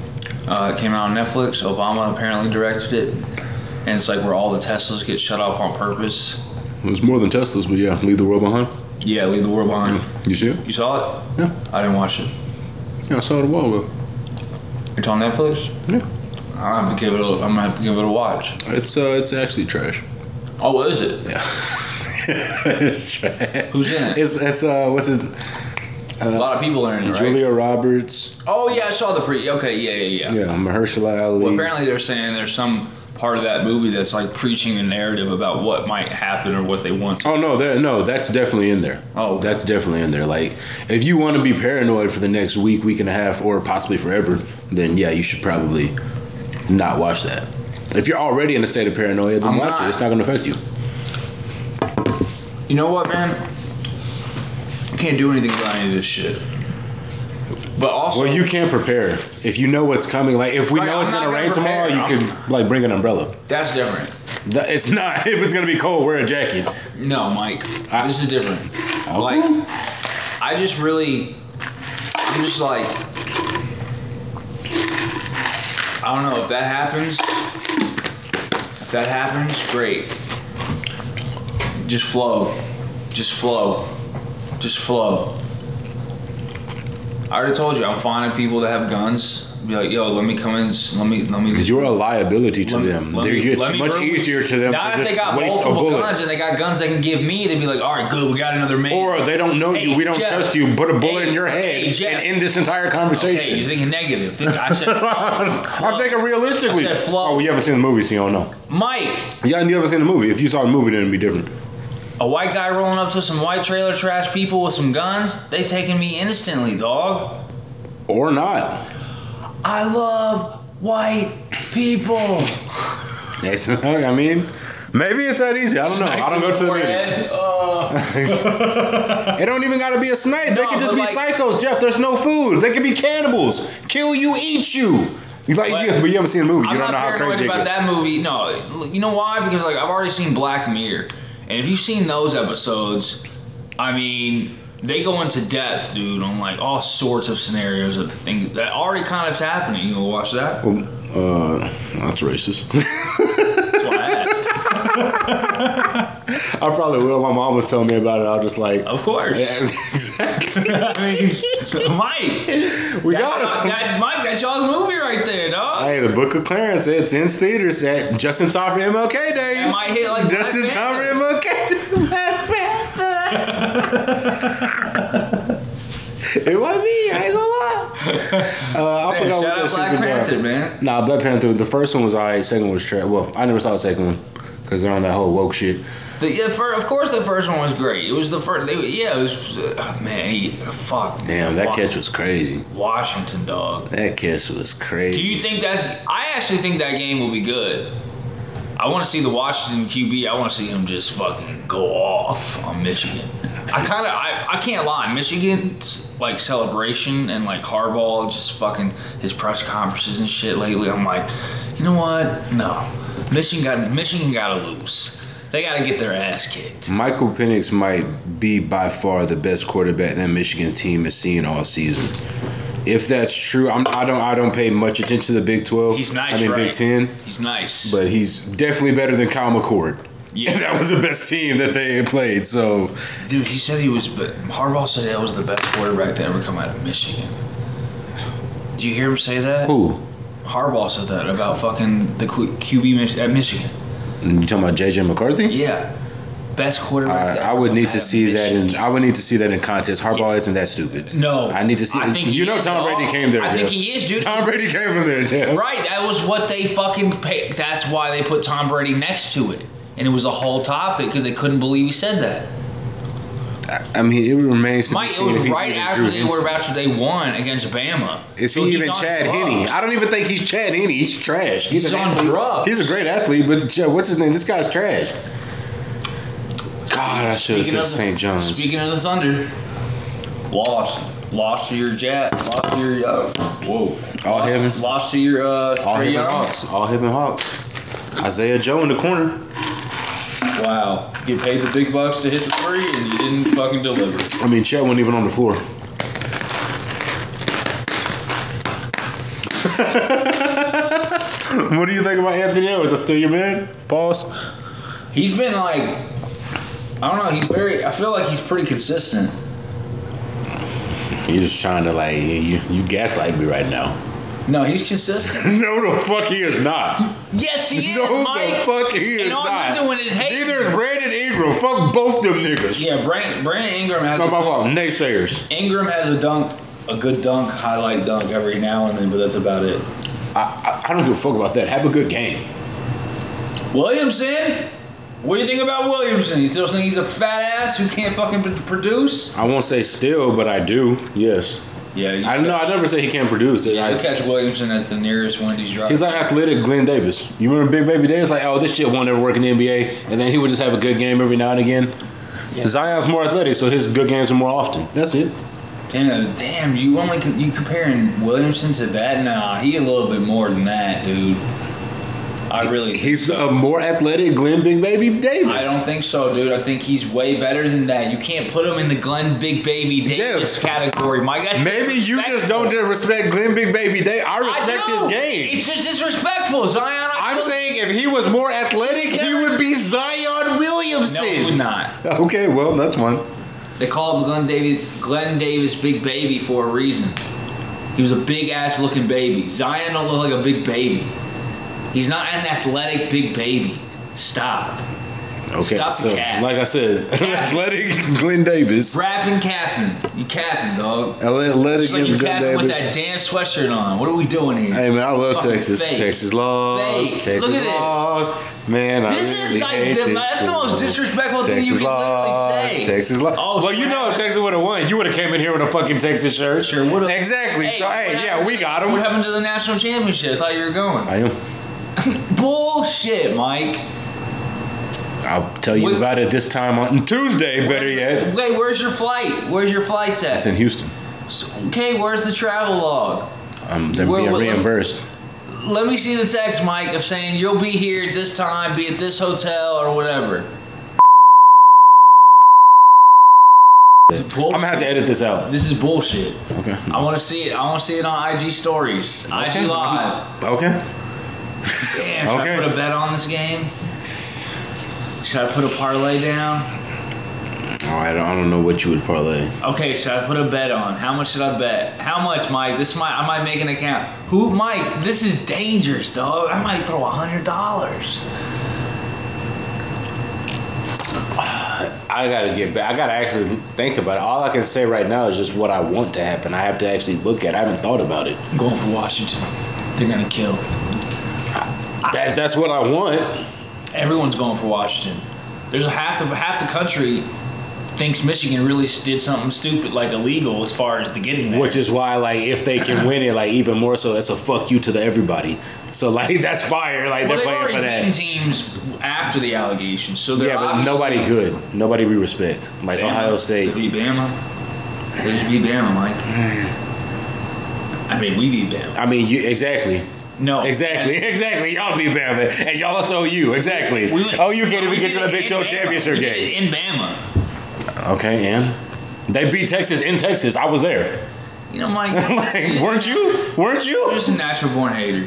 Speaker 1: Uh, it came out on Netflix. Obama apparently directed it. And it's like where all the Teslas get shut off on purpose.
Speaker 2: It's more than Tesla's, but yeah, leave the world behind.
Speaker 1: Yeah, leave the world behind.
Speaker 2: You see it?
Speaker 1: You saw it?
Speaker 2: Yeah.
Speaker 1: I didn't watch it.
Speaker 2: Yeah, I saw it a while ago.
Speaker 1: It's on Netflix?
Speaker 2: Yeah.
Speaker 1: I have to give it. A, I'm gonna have to give it a watch.
Speaker 2: It's uh, it's actually trash.
Speaker 1: Oh, what is it?
Speaker 2: Yeah. it's trash.
Speaker 1: Who's in it?
Speaker 2: It's it's uh, what's it?
Speaker 1: a lot of people are in it, right?
Speaker 2: Julia Roberts.
Speaker 1: Oh yeah, I saw the pre. Okay, yeah, yeah, yeah.
Speaker 2: Yeah, Mahershala Ali.
Speaker 1: Well, apparently they're saying there's some part of that movie that's like preaching a narrative about what might happen or what they want.
Speaker 2: Oh no, there no, that's definitely in there.
Speaker 1: Oh.
Speaker 2: that's definitely in there. Like, if you want to be paranoid for the next week, week and a half, or possibly forever, then yeah, you should probably not watch that. If you're already in a state of paranoia, then
Speaker 1: I'm
Speaker 2: watch
Speaker 1: not.
Speaker 2: it. It's not going to affect you.
Speaker 1: You know what, man? I can't do anything about any of this shit. But also,
Speaker 2: Well, you can prepare if you know what's coming. Like, if we
Speaker 1: Like,
Speaker 2: know
Speaker 1: I'm
Speaker 2: it's
Speaker 1: not
Speaker 2: going to
Speaker 1: gonna
Speaker 2: rain tomorrow, you
Speaker 1: prepare.
Speaker 2: can like bring an umbrella.
Speaker 1: that's different.
Speaker 2: Th- It's not. If it's going to be cold, wear a jacket.
Speaker 1: No, Mike,
Speaker 2: I-
Speaker 1: this is different. Like, I just really, I'm just like, I don't know if that happens. If that happens, great. Just flow, just flow, just flow. I already told you, I'm finding people that have guns. Be like, yo, let me come in. s- Let me, let me. just-
Speaker 2: You're a liability to
Speaker 1: let me-
Speaker 2: them.
Speaker 1: let
Speaker 2: They're,
Speaker 1: me-
Speaker 2: it's
Speaker 1: let me
Speaker 2: much
Speaker 1: room-
Speaker 2: easier to them
Speaker 1: Now
Speaker 2: to
Speaker 1: if they
Speaker 2: just
Speaker 1: got
Speaker 2: waste a
Speaker 1: multiple
Speaker 2: bullet.
Speaker 1: guns and they got guns they can give me, they'd be like, all right, good, we got another man.
Speaker 2: Or they don't know you.
Speaker 1: Hey,
Speaker 2: We don't
Speaker 1: Jeff.
Speaker 2: trust you. Put a bullet
Speaker 1: Hey,
Speaker 2: in your
Speaker 1: hey,
Speaker 2: head
Speaker 1: Jeff.
Speaker 2: and end this entire
Speaker 1: Hey,
Speaker 2: conversation.
Speaker 1: you're thinking negative. Think- I said,
Speaker 2: I'm thinking realistically.
Speaker 1: I said flow.
Speaker 2: Oh, you haven't seen the movie, so you don't know.
Speaker 1: Mike,
Speaker 2: Yeah, and you haven't seen the movie. If you saw the movie, then it'd be different.
Speaker 1: a white guy rolling up to some white trailer trash people with some guns, they taking me instantly, dog.
Speaker 2: Or not.
Speaker 1: I love white people.
Speaker 2: That's- I mean, maybe it's that easy. I don't know. I don't go to the meetings.
Speaker 1: Uh,
Speaker 2: It don't even gotta be a snipe. they
Speaker 1: No,
Speaker 2: could just
Speaker 1: but
Speaker 2: be
Speaker 1: like-
Speaker 2: psychos, Jeff. There's no food. They could be cannibals. Kill you, eat you. You Like,
Speaker 1: But-
Speaker 2: yeah, but you haven't seen the movie.
Speaker 1: I'm
Speaker 2: you don't
Speaker 1: not
Speaker 2: know how
Speaker 1: paranoid
Speaker 2: crazy it
Speaker 1: about
Speaker 2: gets.
Speaker 1: that movie. No, you know why? Because like I've already seen Black Mirror, and if you've seen those episodes, I mean, they go into depth, dude, on like all sorts of scenarios of things that already kind of's happening. You gonna watch that?
Speaker 2: Uh, that's racist.
Speaker 1: That's why I asked.
Speaker 2: I probably will. My mom was telling me about it. I was just like,
Speaker 1: Of course.
Speaker 2: exactly.
Speaker 1: I mean, Mike.
Speaker 2: We
Speaker 1: That,
Speaker 2: got him.
Speaker 1: that, Mike, that's y'all's movie right there, dog.
Speaker 2: Hey, the Book of Clarence. It's in theaters at just in time for MLK Day.
Speaker 1: That might hit like
Speaker 2: just in
Speaker 1: Black
Speaker 2: time for
Speaker 1: Panther.
Speaker 2: MLK Day. Black Panther. It might be. I ain't gonna lie. Uh, I
Speaker 1: Man,
Speaker 2: forgot
Speaker 1: shout
Speaker 2: what
Speaker 1: out
Speaker 2: this
Speaker 1: Black
Speaker 2: is about.
Speaker 1: Panther, man.
Speaker 2: Nah, Black Panther. The first one was alright. Second one was trash. Well, I never saw the second one because they're on that whole woke shit.
Speaker 1: The, yeah, fir- of course, the first one was great. It was the first. They, yeah, it was. Uh, man, yeah, fuck.
Speaker 2: Damn, that
Speaker 1: Wa-
Speaker 2: catch was crazy.
Speaker 1: Washington, dog.
Speaker 2: That catch was crazy.
Speaker 1: Do you think that's? I actually think that game will be good. I want to see the Washington QB. I want to see him just fucking go off on Michigan. I kind of, I, I can't lie. Michigan's like celebration and like Harbaugh just fucking his press conferences and shit lately. I'm like, you know what? No, Michigan got Michigan got to lose. They got to get their ass kicked.
Speaker 2: Michael Penix might be by far the best quarterback that Michigan team has seen all season. If that's true, I'm, I don't I don't pay much attention to the Big Twelve.
Speaker 1: He's nice,
Speaker 2: I mean
Speaker 1: right?
Speaker 2: Big Ten,
Speaker 1: He's nice.
Speaker 2: but he's definitely better than Kyle McCord.
Speaker 1: Yeah.
Speaker 2: And that was the best team that they had played. So
Speaker 1: Dude, he said he was. But Harbaugh said that was the best quarterback to ever come out of Michigan. Do you hear him say that?
Speaker 2: who?
Speaker 1: Harbaugh said that about fucking the Q- QB Mich- at Michigan.
Speaker 2: You talking about JJ McCarthy?
Speaker 1: Yeah, best quarterback.
Speaker 2: Alright,
Speaker 1: to
Speaker 2: I
Speaker 1: ever
Speaker 2: would
Speaker 1: come
Speaker 2: need
Speaker 1: out
Speaker 2: to
Speaker 1: of
Speaker 2: see that
Speaker 1: Michigan.
Speaker 2: in I would need to see that in contest. Harbaugh isn't that stupid.
Speaker 1: No,
Speaker 2: I need to see.
Speaker 1: I think
Speaker 2: you
Speaker 1: he
Speaker 2: know
Speaker 1: is,
Speaker 2: Tom
Speaker 1: dog.
Speaker 2: Brady came there.
Speaker 1: I think
Speaker 2: Jeff.
Speaker 1: he is, dude.
Speaker 2: Tom Brady came from there, Jeff.
Speaker 1: Right, that was what they fucking picked. That's why they put Tom Brady next to it, and it was the whole topic because they couldn't believe he said that.
Speaker 2: I mean, it remains to be
Speaker 1: Mike, it
Speaker 2: seen if
Speaker 1: was
Speaker 2: he's
Speaker 1: right
Speaker 2: even
Speaker 1: after
Speaker 2: Drew
Speaker 1: they
Speaker 2: Henson.
Speaker 1: were about to they won against Bama.
Speaker 2: Is
Speaker 1: So
Speaker 2: he
Speaker 1: he's
Speaker 2: even
Speaker 1: on
Speaker 2: Chad
Speaker 1: drugs.
Speaker 2: Henney? I don't even think he's Chad Henney. He's trash.
Speaker 1: He's
Speaker 2: He's, an
Speaker 1: on
Speaker 2: athlete.
Speaker 1: drugs.
Speaker 2: He's a great athlete, but uh, what's his name? This guy's trash. God, I should have
Speaker 1: Speaking
Speaker 2: took
Speaker 1: of-
Speaker 2: St. John's.
Speaker 1: Speaking of the Thunder, lost, lost to your Jet, lost to your uh, whoa,
Speaker 2: All
Speaker 1: lost,
Speaker 2: heaven.
Speaker 1: lost to your uh,
Speaker 2: All
Speaker 1: Trae
Speaker 2: him and
Speaker 1: Young.
Speaker 2: Hawks. All him and Hawks. Isaiah Joe in the corner.
Speaker 1: Wow, you paid the big bucks to hit the three and you didn't fucking deliver.
Speaker 2: I mean, Chet wasn't even on the floor. what do you think about Anthony Edwards? That's still your man? Pause.
Speaker 1: He's been like, I don't know, he's very. I feel like he's pretty consistent.
Speaker 2: You're just trying to like you, you gaslight me right now.
Speaker 1: No, he's consistent.
Speaker 2: No, the fuck he is not.
Speaker 1: yes, he is.
Speaker 2: No, the
Speaker 1: Mike.
Speaker 2: fuck he is
Speaker 1: and all
Speaker 2: not.
Speaker 1: he's doing is hating.
Speaker 2: Neither is Brandon Ingram. Fuck both them niggas.
Speaker 1: Yeah, Brandon, Brandon Ingram has
Speaker 2: No,
Speaker 1: a,
Speaker 2: my fault. Naysayers.
Speaker 1: Ingram has a dunk, a good dunk, highlight dunk every now and then, but that's about it.
Speaker 2: I, I, I don't give a fuck about that. Have a good game.
Speaker 1: Williamson? What do you think about Williamson? You still think he's a fat ass who can't fucking p- produce?
Speaker 2: I won't say still, but I do. Yes.
Speaker 1: Yeah, you
Speaker 2: I know. I never say he can't produce. It.
Speaker 1: You
Speaker 2: I,
Speaker 1: catch Williamson at the nearest Wendy's drive.
Speaker 2: he's like athletic Glenn Davis. You remember Big Baby Davis? Like, oh, this shit won't ever work in the NBA, and then he would just have a good game every now and again. Zion's more athletic, so his good games are more often. That's it.
Speaker 1: Damn, damn, you only co- you comparing Williamson to that? Nah, he a little bit more than that, dude. I really,
Speaker 2: He's a more athletic Glenn Big Baby Davis.
Speaker 1: I don't think so, dude. I think he's way better than that. You can't put him in the Glenn Big Baby Davis
Speaker 2: Jeff.
Speaker 1: category, Mike. That's
Speaker 2: Maybe you just
Speaker 1: disrespectful.
Speaker 2: don't respect Glenn Big Baby Day. I
Speaker 1: I
Speaker 2: respect
Speaker 1: do.
Speaker 2: his game.
Speaker 1: It's just disrespectful, Zion. I
Speaker 2: I'm
Speaker 1: told-
Speaker 2: saying if he was more athletic, he would be Zion
Speaker 1: no,
Speaker 2: Williamson.
Speaker 1: he would not.
Speaker 2: Okay, well, that's one.
Speaker 1: They called Glenn Davis Glenn Davis Big Baby for a reason. He was a big ass looking baby. Zion don't look like a big baby. He's not an athletic big baby. Stop.
Speaker 2: Okay,
Speaker 1: Stop the
Speaker 2: so
Speaker 1: cap.
Speaker 2: like I said, athletic Glenn Davis.
Speaker 1: Rapping capping. You capping, dog.
Speaker 2: Athletic
Speaker 1: Just like you
Speaker 2: Glenn
Speaker 1: capping with that
Speaker 2: Davis.
Speaker 1: damn sweatshirt on. What are we doing here?
Speaker 2: Hey man, I love
Speaker 1: Fucking
Speaker 2: Texas.
Speaker 1: fake.
Speaker 2: Texas laws.
Speaker 1: Fake.
Speaker 2: Texas
Speaker 1: Look at this.
Speaker 2: laws. Man, I
Speaker 1: This
Speaker 2: really
Speaker 1: is like
Speaker 2: hate
Speaker 1: the,
Speaker 2: this
Speaker 1: that's the most
Speaker 2: world.
Speaker 1: disrespectful thing
Speaker 2: Texas
Speaker 1: you can
Speaker 2: laws,
Speaker 1: literally say.
Speaker 2: Texas laws.
Speaker 1: Oh,
Speaker 2: well,
Speaker 1: shit,
Speaker 2: you know, if
Speaker 1: what
Speaker 2: Texas would have won, you would have came in here with a fucking Texas shirt.
Speaker 1: Sure would've.
Speaker 2: Exactly. so,
Speaker 1: what
Speaker 2: hey, yeah,
Speaker 1: happened-
Speaker 2: we got him.
Speaker 1: What happened to the national championship? I thought you were going.
Speaker 2: I am.
Speaker 1: Bullshit, Mike.
Speaker 2: I'll tell you
Speaker 1: What-
Speaker 2: about it this time on Tuesday. Better yet,
Speaker 1: Wait, where's your flight? Where's your flight
Speaker 2: it's
Speaker 1: at?
Speaker 2: in Houston.
Speaker 1: Okay, where's the travel log?
Speaker 2: Um, they're
Speaker 1: Where-
Speaker 2: being
Speaker 1: what-
Speaker 2: reimbursed.
Speaker 1: Let me see the text, Mike, of saying you'll be here at this time, be at this hotel or whatever. This is bull-
Speaker 2: I'm gonna have to edit this out.
Speaker 1: This is bullshit.
Speaker 2: Okay.
Speaker 1: I want to see it. I want to see it on IG stories, IG live.
Speaker 2: Okay.
Speaker 1: Damn, should
Speaker 2: Okay.
Speaker 1: I put a bet on this game? Should I put a parlay down?
Speaker 2: Oh, I don't, I don't know what you would parlay.
Speaker 1: Okay, should I put a bet on? How much should I bet? How much, Mike? This might I might make an account. Who, Mike? This is dangerous, dog. I might throw a hundred dollars.
Speaker 2: I gotta get back. I gotta actually think about it. All I can say right now is just what I want to happen. I have to actually look at. It. I haven't thought about it.
Speaker 1: I'm going for Washington. They're gonna kill.
Speaker 2: That, that's what I want.
Speaker 1: Everyone's going for Washington. There's a half the half the country thinks Michigan really did something stupid, like illegal, as far as the getting there.
Speaker 2: Which is why, like, if they can win it, like, even more so, that's a fuck you to the everybody. So, like, that's fire. Like,
Speaker 1: well,
Speaker 2: they're
Speaker 1: they've
Speaker 2: playing
Speaker 1: already
Speaker 2: for
Speaker 1: beaten
Speaker 2: that.
Speaker 1: teams after the allegations, so they're
Speaker 2: Yeah, but
Speaker 1: obviously-
Speaker 2: nobody good. Nobody we respect. Like
Speaker 1: Bama.
Speaker 2: Ohio
Speaker 1: They
Speaker 2: State.
Speaker 1: beat Bama. They just beat Bama, Mike. I mean, we beat Bama.
Speaker 2: I mean, you exactly,
Speaker 1: No,
Speaker 2: exactly, exactly. Y'all beat Bama, and y'all also you exactly.
Speaker 1: We went-
Speaker 2: Oh, you can't even
Speaker 1: we
Speaker 2: get
Speaker 1: did
Speaker 2: to the
Speaker 1: it
Speaker 2: Big
Speaker 1: in
Speaker 2: Ten
Speaker 1: Bama.
Speaker 2: championship
Speaker 1: We did
Speaker 2: game.
Speaker 1: it in Bama.
Speaker 2: Okay, and they beat Texas in Texas. I was there.
Speaker 1: You know, Mike.
Speaker 2: like, weren't you? Weren't
Speaker 1: You're
Speaker 2: you?
Speaker 1: just a natural born hater.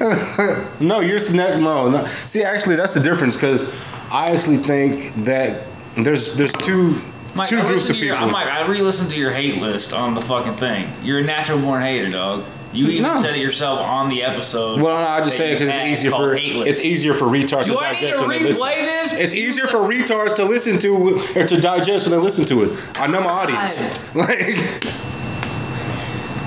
Speaker 2: No, you're sna- no, no. See, actually, that's the difference because I actually think that there's there's two
Speaker 1: Mike,
Speaker 2: two
Speaker 1: I
Speaker 2: groups
Speaker 1: listened
Speaker 2: of
Speaker 1: to your,
Speaker 2: people.
Speaker 1: Mike, I re-listened to your hate list on the fucking thing. You're a natural born hater, dog. You even
Speaker 2: No.
Speaker 1: said it yourself on the episode.
Speaker 2: well, I just
Speaker 1: that
Speaker 2: say
Speaker 1: you
Speaker 2: because
Speaker 1: had
Speaker 2: it's easier
Speaker 1: called
Speaker 2: for
Speaker 1: hate list.
Speaker 2: it's easier for retards
Speaker 1: Do
Speaker 2: to
Speaker 1: I need
Speaker 2: digest
Speaker 1: to
Speaker 2: when they listen.
Speaker 1: replay this?
Speaker 2: It's easier for retards to listen to with- or to digest when they listen to it. I know my audience. Like,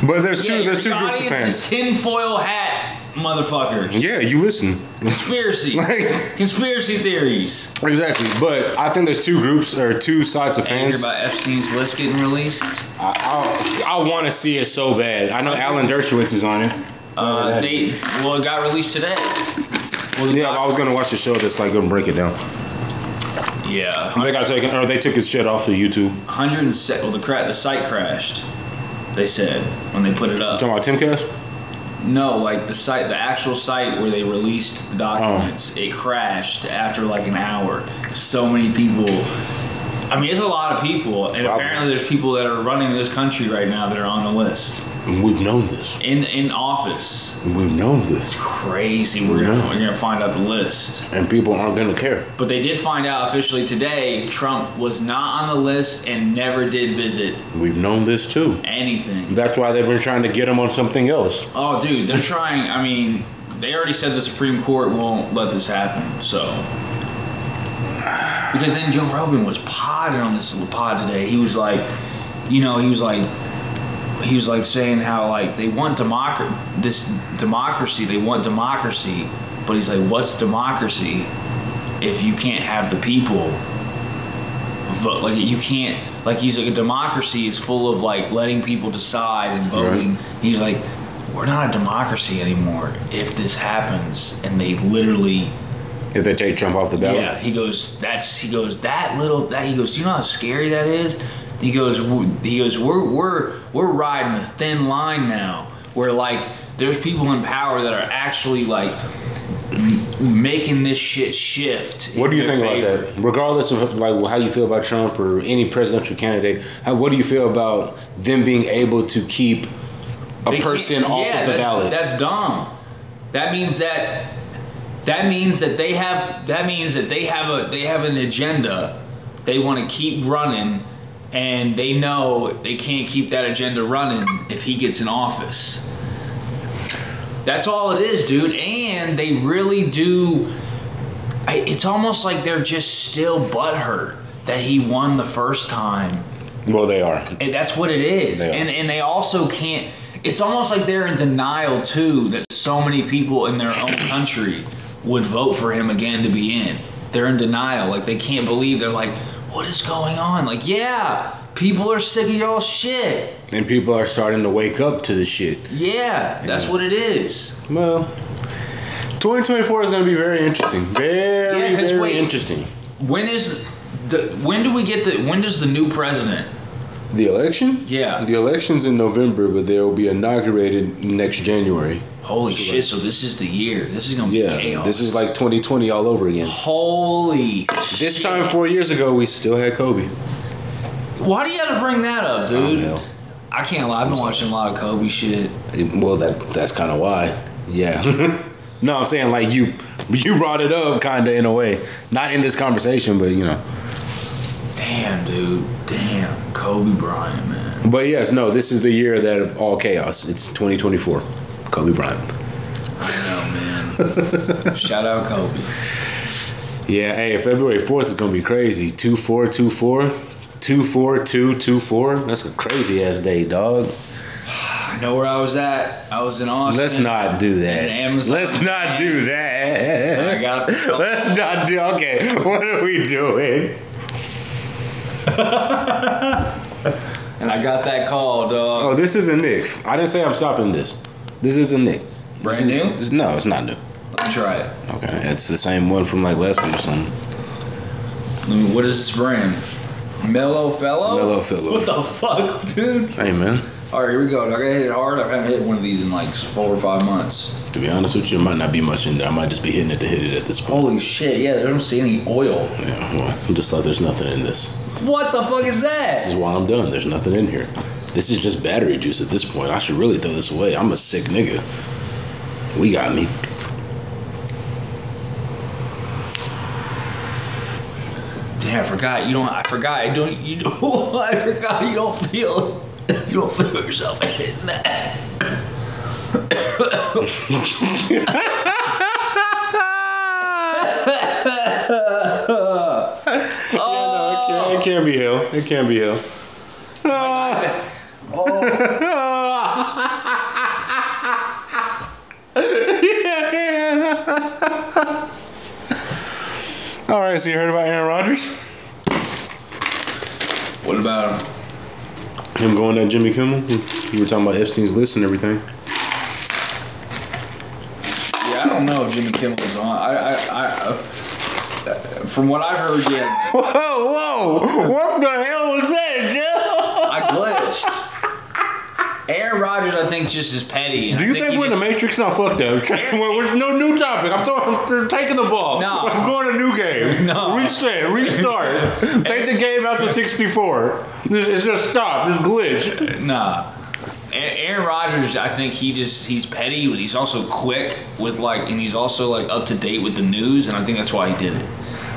Speaker 2: but there's
Speaker 1: Yeah,
Speaker 2: two there's two
Speaker 1: your
Speaker 2: groups of
Speaker 1: audience is
Speaker 2: fans.
Speaker 1: tinfoil hat motherfuckers.
Speaker 2: Yeah, you listen.
Speaker 1: Conspiracy.
Speaker 2: Like-
Speaker 1: Conspiracy theories.
Speaker 2: Exactly, but I think there's two groups or two sides of
Speaker 1: Angry
Speaker 2: fans.
Speaker 1: about Epstein's list getting released. Uh,
Speaker 2: I, I, I want to see it so bad. I know Alan Dershowitz is on it.
Speaker 1: Uh,
Speaker 2: that-
Speaker 1: they well, it got released today. Well, the
Speaker 2: Yeah, I
Speaker 1: doc-
Speaker 2: was gonna watch the show that's like gonna break it down.
Speaker 1: yeah.
Speaker 2: They got taken or they took his shit off of YouTube. You
Speaker 1: 107. Well, the cra- the site crashed. They said when they put it up.
Speaker 2: talking about Timcast?
Speaker 1: No, like the site, the actual site where they released the documents, it crashed after like an hour. So many people. I mean, it's a lot of people, and
Speaker 2: Probably.
Speaker 1: apparently there's people that are running this country right now that are on the list
Speaker 2: We've known this.
Speaker 1: in in office.
Speaker 2: We've known this.
Speaker 1: Crazy. We're gonna,
Speaker 2: Yeah.
Speaker 1: we're gonna find out the list.
Speaker 2: And people aren't gonna care.
Speaker 1: But they did find out officially today Trump was not on the list and never did visit
Speaker 2: We've known this too.
Speaker 1: anything.
Speaker 2: That's why they've been trying to get him on something else.
Speaker 1: Oh, dude, they're trying. I mean, they already said the Supreme Court won't let this happen. So, because then Joe Rogan was potted on this little pod today. He was like, you know, he was like, he was like saying how like they want democracy, this democracy, they want democracy, but he's like, what's democracy if you can't have the people? Vote like you can't like he's like a democracy is full of like letting people decide and voting. He's like, we're not a democracy anymore if this happens and they literally
Speaker 2: If they take Trump off the ballot.
Speaker 1: yeah, he goes. That's he goes. That little that he goes. You know how scary that is. He goes. w- He goes. We're we're we're riding a thin line now. Where like there's people in power that are actually like m- making this shit shift. in
Speaker 2: What do you
Speaker 1: their
Speaker 2: think
Speaker 1: favor.
Speaker 2: about that? Regardless of like how you feel about Trump or any presidential candidate, how, what do you feel about them being able to keep a
Speaker 1: They
Speaker 2: person
Speaker 1: can't-
Speaker 2: off
Speaker 1: yeah,
Speaker 2: of the
Speaker 1: that's-
Speaker 2: ballot?
Speaker 1: That's dumb. That means that that means that they have that means that they have a they have an agenda. They want to keep running and they know they can't keep that agenda running if he gets in office. That's all it is, dude. And they really do I, it's almost like they're just still butthurt that he won the first time
Speaker 2: well, they are.
Speaker 1: and that's what it is.
Speaker 2: Yeah.
Speaker 1: And and they also can't. It's almost like they're in denial too that so many people in their own country would vote for him again to be in. They're in denial. Like they can't believe. They're like, what is going on? Like, yeah, people are sick of y'all shit.
Speaker 2: And people are starting to wake up to this shit.
Speaker 1: Yeah, that's what it is.
Speaker 2: Well, 2024 is going to be very interesting. Very,
Speaker 1: Yeah, 'cause
Speaker 2: very
Speaker 1: wait.
Speaker 2: interesting.
Speaker 1: When is the, when do we get the when does the new president?
Speaker 2: The election?
Speaker 1: Yeah.
Speaker 2: The election's in November, but they will be inaugurated next January.
Speaker 1: Holy shit! So this is the year. This is gonna be
Speaker 2: Yeah.
Speaker 1: chaos.
Speaker 2: This is like 2020 all over again.
Speaker 1: holy.
Speaker 2: This time four years ago, we still had Kobe.
Speaker 1: Why do you have to bring that up,
Speaker 2: Oh,
Speaker 1: dude?
Speaker 2: hell.
Speaker 1: I can't lie. I've been watching a lot of Kobe shit.
Speaker 2: Well, that that's kind of why. Yeah. No, I'm saying like you you brought it up kinda in a way. Not in this conversation, but you know.
Speaker 1: Damn, dude. Damn, Kobe Bryant, man.
Speaker 2: But yes, no, this is the year that of all chaos. It's 2024. Kobe Bryant.
Speaker 1: I know, man. Shout out Kobe.
Speaker 2: Yeah, hey, February 4th is going to be crazy. 2424 24224. That's a crazy ass day, dog.
Speaker 1: I know where I was at. I was in Austin.
Speaker 2: Let's not do
Speaker 1: And
Speaker 2: that.
Speaker 1: Amazon.
Speaker 2: Let's not do
Speaker 1: I
Speaker 2: that.
Speaker 1: got
Speaker 2: Let's not do Okay, what are we doing?
Speaker 1: and I got that call, dog.
Speaker 2: Oh, this isn't Nick. I didn't say I'm stopping this. This isn't Nick. This
Speaker 1: Brand
Speaker 2: is-
Speaker 1: new?
Speaker 2: this- no, it's not new.
Speaker 1: Let me try it.
Speaker 2: Okay, it's the same one from like last week or something.
Speaker 1: Let me- what is this brand? Mellow Fellow?
Speaker 2: Mellow Fellow.
Speaker 1: Oh. What the fuck, dude?
Speaker 2: Hey, man.
Speaker 1: All right, here we go. I got hit it hard. I haven't hit one of these in like four or five months.
Speaker 2: To be honest with you, it might not be much in there. I might just be hitting it to hit it at this point.
Speaker 1: Holy shit, yeah, I don't see any oil.
Speaker 2: Yeah, well, I'm just like, there's nothing in this.
Speaker 1: What the fuck is
Speaker 2: This
Speaker 1: that?
Speaker 2: is why I'm done. There's nothing in here. This is just battery juice at this point. I should really throw this away. I'm a sick nigga. We got me.
Speaker 1: Damn, I forgot. You don't. I forgot. I don't. You. Don't, I forgot. You don't feel. You don't feel yourself hitting that.
Speaker 2: no, it, can't, be hell. It can't be hell. All right, so you heard about Aaron Rodgers?
Speaker 1: What about him?
Speaker 2: Him going to Jimmy Kimmel? Hmm. You were talking about Epstein's list and everything.
Speaker 1: Yeah, I don't know if Jimmy Kimmel is on. I. I. I uh, from what I've heard, yeah,
Speaker 2: Whoa, whoa! What the hell was that, Joe?
Speaker 1: I glitched. Aaron Rodgers, I think, just is petty. and
Speaker 2: Do
Speaker 1: I
Speaker 2: you think,
Speaker 1: he
Speaker 2: we're in the
Speaker 1: just-
Speaker 2: Matrix? No, fuck that. We're trying- we're- we're- no new topic. I'm throwing. I'm taking the ball.
Speaker 1: No.
Speaker 2: I'm going to new game.
Speaker 1: No.
Speaker 2: Reset. Restart. Take the game out to 64. This- It's just stop. It's glitch.
Speaker 1: Nah. A- Aaron Rodgers, I think he just he's petty, but he's also quick with like, and he's also like up to date with the news, and I think that's why he did it.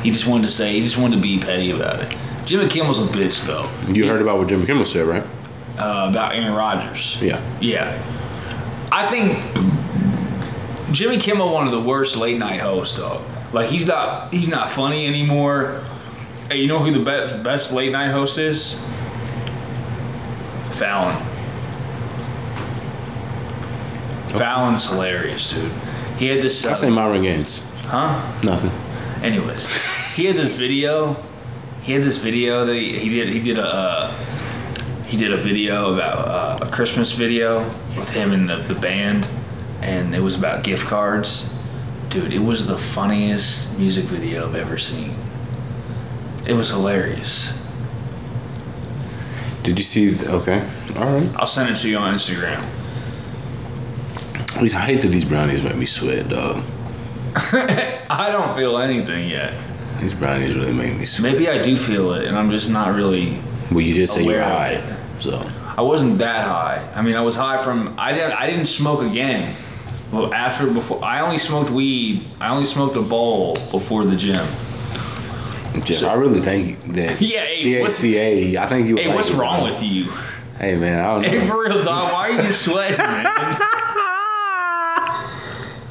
Speaker 1: He just wanted to say, he just wanted to be petty about it. Jimmy Kimmel's a bitch though
Speaker 2: You heard about what Jimmy Kimmel said, right?
Speaker 1: uh, about Aaron Rodgers.
Speaker 2: Yeah.
Speaker 1: yeah. I think Jimmy Kimmel one of the worst late night hosts though. Like he's not he's not funny anymore. Hey, you know who the best best late night host is? Fallon. Fallon's hilarious, dude. He had this. uh,
Speaker 2: I say Myron Gaines.
Speaker 1: huh?
Speaker 2: Nothing.
Speaker 1: Anyways, he had this video. He had this video that he, he did. He did a uh, he did a video about uh, a Christmas video with him and the, the band, and it was about gift cards. Dude, it was the funniest music video I've ever seen. It was hilarious.
Speaker 2: Did you see? th- Okay. All right.
Speaker 1: I'll send it to you on Instagram.
Speaker 2: At least I hate that these brownies make me sweat, dog.
Speaker 1: I don't feel anything yet.
Speaker 2: These brownies really make me sweat.
Speaker 1: Maybe I do feel it, and I'm just not really.
Speaker 2: Well, you did say you're
Speaker 1: Aware of
Speaker 2: high,
Speaker 1: it.
Speaker 2: so
Speaker 1: I wasn't that high. I mean, I was high from I didn't I didn't smoke again. Well, after before I only smoked weed. I only smoked a bowl before the gym.
Speaker 2: Jeff, I really think that
Speaker 1: Yeah, hey, what's-
Speaker 2: THCA. I think you. would
Speaker 1: Hey,
Speaker 2: like
Speaker 1: what's
Speaker 2: it,
Speaker 1: wrong
Speaker 2: dog.
Speaker 1: with you?
Speaker 2: Hey man, I don't
Speaker 1: Hey,
Speaker 2: know.
Speaker 1: for real, dog. Why are you sweating? Man?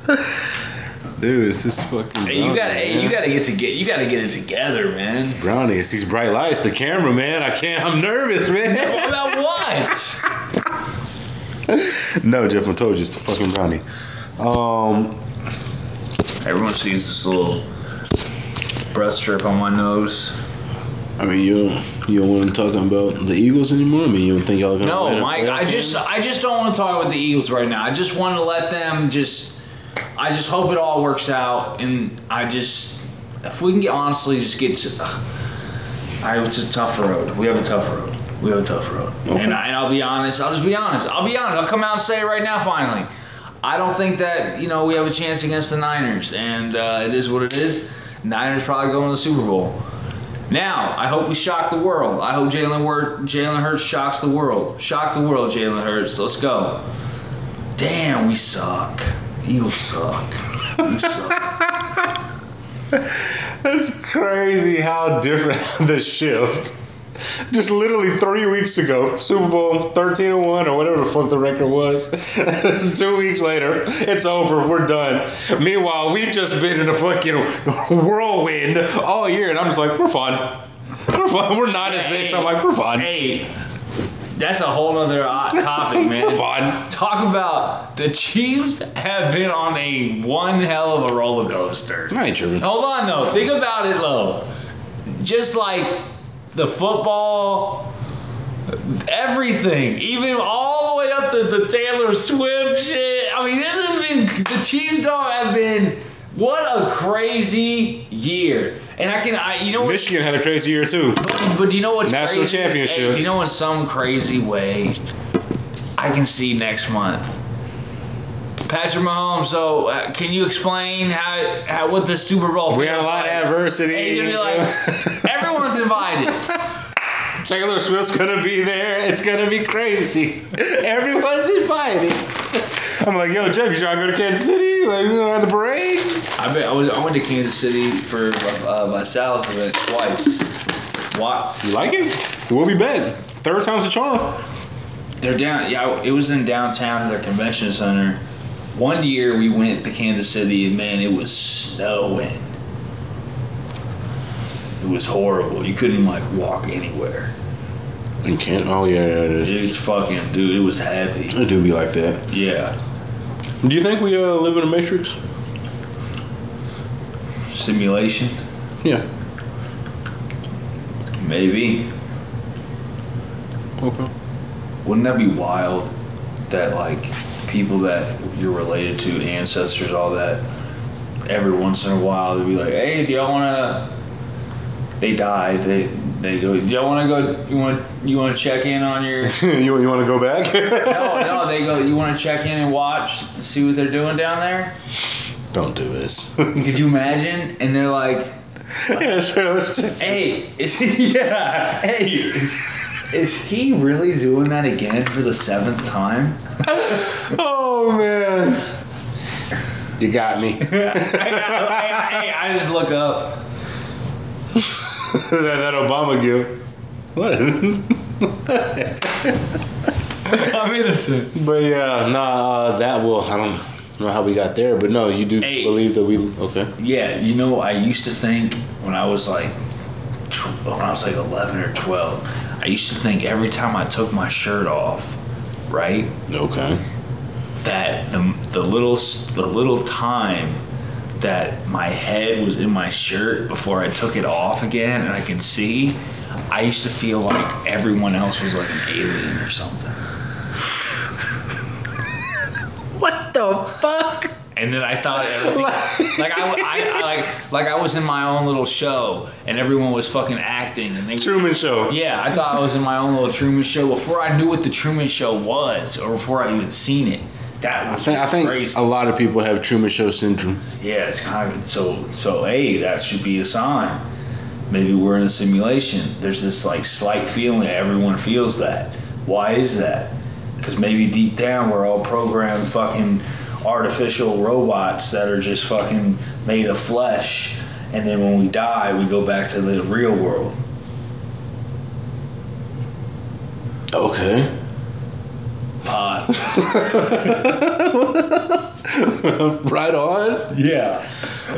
Speaker 2: Dude, it's this fucking.
Speaker 1: Hey, you
Speaker 2: brownie,
Speaker 1: gotta hey,
Speaker 2: man.
Speaker 1: you gotta get to get you gotta get it together, man.
Speaker 2: Brownie, it's these bright lights, the camera, man. I can't. I'm nervous, man.
Speaker 1: What about what?
Speaker 2: no, Jeff, I told you it's the fucking brownie. Um,
Speaker 1: Everyone sees this little breath strip on my nose.
Speaker 2: I mean, you don't, you don't want to talk about the Eagles anymore. I mean, you don't think y'all gonna win
Speaker 1: No,
Speaker 2: a
Speaker 1: Mike. I
Speaker 2: playoff
Speaker 1: just,
Speaker 2: game?
Speaker 1: I just don't want to talk about the Eagles right now. I just want to let them just. I just hope it all works out, and I just, if we can get honestly, just get. To, ugh. I it's a tough road. We have a tough road. We have a tough road. And, I, and I'll be honest. I'll just be honest. I'll be honest. I'll come out and say it right now. Finally, I don't think that you know we have a chance against the Niners, and uh, it is what it is. Niners probably going to the Super Bowl. Now, I hope we shock the world. I hope Jalen Word, Jalen Hurts shocks the world. Shock the world, Jalen Hurts. Let's go. Damn, we suck. Eagles suck.
Speaker 3: That's crazy how different the shift. Just literally three weeks ago, Super Bowl 13 and 1 or whatever the fuck the record was. It's two weeks later, it's over, we're done. Meanwhile, we've just been in a fucking whirlwind all year, and I'm just like, we're fine. We're fine. We're 9 and 6. I'm like, we're fine.
Speaker 1: Hey, that's a whole other uh, topic, man.
Speaker 3: We're fine.
Speaker 1: Talk about the Chiefs have been on a one hell of a roller coaster.
Speaker 2: I ain't tripping.
Speaker 1: Hold on though. Think about it though. Just like the football, everything, even all the way up to the Taylor Swift shit. I mean, this has been the Chiefs dog have been what a crazy year. And I can I you know what
Speaker 3: Michigan had a crazy year, too.
Speaker 1: but, but do you know what's
Speaker 3: National
Speaker 1: crazy?
Speaker 3: championship.
Speaker 1: Hey, do you know in some crazy way I can see next month. Patrick Mahomes. So, uh, can you explain how, how what the Super Bowl?
Speaker 3: We had a
Speaker 1: feels
Speaker 3: lot of
Speaker 1: like?
Speaker 3: adversity.
Speaker 1: And you're gonna be like, everyone's invited.
Speaker 3: Taylor Swift's gonna be there. It's gonna be crazy. Everyone's invited. I'm like, yo, Jeff, you trying to go to Kansas City? Like, we gonna have the parade?
Speaker 1: I bet I was I went to Kansas City for uh, my Sal's event twice. Why?
Speaker 3: You like it? We'll be back. Third time's a charm.
Speaker 1: They're down. Yeah, it was in downtown their convention center. One year we went to Kansas City and man, it was snowing. It was horrible. You couldn't like walk anywhere.
Speaker 2: You can't. Oh yeah, yeah, it is.
Speaker 1: It's fucking dude. It was heavy.
Speaker 2: It do be like that.
Speaker 1: Yeah.
Speaker 2: Do you think we uh, live in a matrix?
Speaker 1: Simulation.
Speaker 2: Yeah.
Speaker 1: Maybe.
Speaker 2: Okay.
Speaker 1: Wouldn't that be wild that like people that you're related to, ancestors, all that, every once in a while they'd be like, Hey, do y'all wanna they die, they they go do y'all wanna go you wanna you wanna check in on your
Speaker 3: you you want to go back?
Speaker 1: No, no, they go you wanna check in and watch, see what they're doing down there?
Speaker 2: Don't do this.
Speaker 1: Could you imagine? And they're like,
Speaker 3: yeah, sure. Let's check.
Speaker 1: Hey, is he yeah, hey is, is he really doing that again for the seventh time?
Speaker 3: Oh man.
Speaker 2: you got me.
Speaker 1: I, I- I- I just look up.
Speaker 3: that, that Obama gift. What?
Speaker 1: I'm innocent.
Speaker 2: But yeah, nah, uh, that will. I don't know how we got there, but no, you do
Speaker 1: Hey.
Speaker 2: believe that we. Okay.
Speaker 1: Yeah, you know, I used to think when I was like, tw- when I was like 11 or 12, I used to think every time I took my shirt off, right,
Speaker 2: Okay.
Speaker 1: that the, the little s- the little time that my head was in my shirt before I took it off again and I could see, I used to feel like everyone else was like an alien or something.
Speaker 3: What the fuck?
Speaker 1: And then I thought everything, like I, I, I like like I was in my own little show, and everyone was fucking acting, and they
Speaker 3: Truman Show.
Speaker 1: yeah, I thought I was in my own little Truman Show before I knew what the Truman Show was, or before I even seen it. That
Speaker 2: I
Speaker 1: was
Speaker 2: think, I think uh,
Speaker 1: crazy.
Speaker 2: a lot of people have Truman Show syndrome.
Speaker 1: yeah, it's kind of so so. Hey, that should be a sign. Maybe we're in a simulation. There's this like slight feeling everyone feels that. Why is that? Because maybe deep down we're all programmed fucking artificial robots that are just fucking made of flesh, and then when we die, we go back to the real world.
Speaker 2: Okay.
Speaker 1: Pod.
Speaker 2: right on.
Speaker 1: yeah.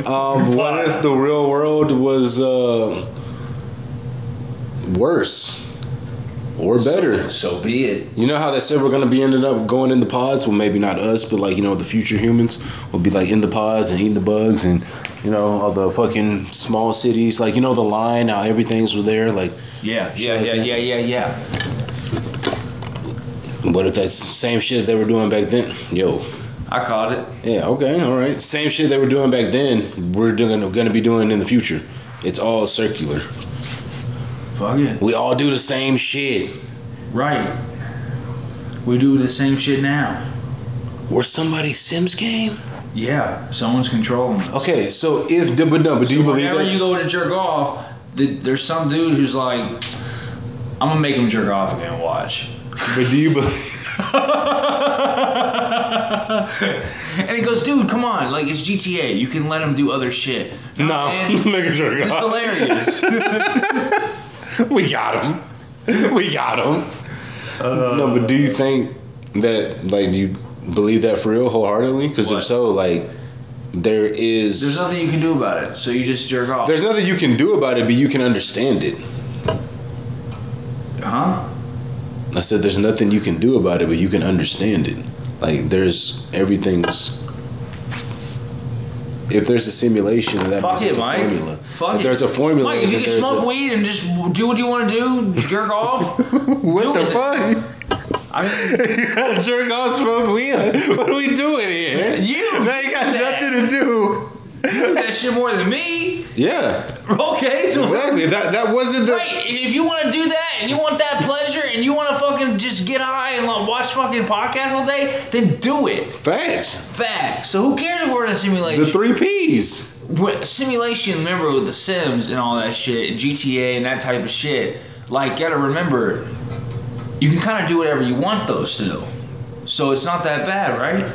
Speaker 2: Um, what if the real world was uh, worse or better?
Speaker 1: So be it.
Speaker 2: You know how they said we're gonna be ended up going in the pods? Well, maybe not us, but like you know, the future humans will be like in the pods and eating the bugs, and you know, all the fucking small cities. Like you know, the line, how everything's was there. Like,
Speaker 1: Yeah, yeah,
Speaker 2: like
Speaker 1: yeah,
Speaker 2: that.
Speaker 1: yeah, yeah, yeah.
Speaker 2: what if that's the same shit they were doing back then? Yo,
Speaker 1: I caught it.
Speaker 2: yeah, okay, all right, same shit they were doing back then. We're doing gonna be doing in the future. It's all circular.
Speaker 1: Fuck it.
Speaker 2: We all do the same shit.
Speaker 1: Right. We do the same shit now.
Speaker 2: We're somebody's Sims game.
Speaker 1: Yeah, someone's controlling us.
Speaker 2: Okay, so if but no, but do you believe
Speaker 1: Whenever
Speaker 2: that?
Speaker 1: you go to jerk off, th- there's some dude who's like, I'm gonna make him jerk off again. Watch.
Speaker 2: but do you believe?
Speaker 1: And he goes, dude, come on, like it's GTA. You can let him do other shit.
Speaker 3: No,
Speaker 1: man.
Speaker 3: making sure.
Speaker 1: It's hilarious.
Speaker 3: We got him. We got him.
Speaker 2: no, but do you think that like do you believe that for real wholeheartedly? Because if
Speaker 1: What?
Speaker 2: so, like there is
Speaker 1: There's nothing you can do about it, so you just jerk off.
Speaker 2: there's nothing you can do about it, but you can understand it.
Speaker 1: huh?
Speaker 2: I said there's nothing you can do about it, but you can understand it. Like there's everything's. If there's a simulation, that
Speaker 1: Fuck
Speaker 2: means
Speaker 1: it,
Speaker 2: there's a
Speaker 1: Mike.
Speaker 2: formula.
Speaker 1: Fuck
Speaker 2: if
Speaker 1: it.
Speaker 2: there's a formula,
Speaker 1: Mike, if you
Speaker 2: then
Speaker 1: can
Speaker 2: there's
Speaker 1: smoke
Speaker 2: a-
Speaker 1: weed and just do what you want to do, jerk off.
Speaker 3: What
Speaker 1: Do
Speaker 3: the
Speaker 1: it.
Speaker 3: fuck?
Speaker 1: I mean,
Speaker 3: You gotta jerk off smoke weed. What are we doing here?
Speaker 1: You
Speaker 3: They got
Speaker 1: did that.
Speaker 3: nothing to do.
Speaker 1: do that shit more than me.
Speaker 2: yeah,
Speaker 1: Okay, so
Speaker 2: exactly. That that wasn't the.
Speaker 1: Right, and if you want to do that and you want that pleasure and you want to fucking just get high and like, watch fucking podcasts all day, then do it.
Speaker 2: Facts.
Speaker 1: Facts. So who cares if we're in a simulation?
Speaker 2: The three P's.
Speaker 1: Wh- simulation, remember with The Sims and all that shit, and GTA and that type of shit. Like, gotta remember, you can kind of do whatever you want though still. So it's not that bad, right?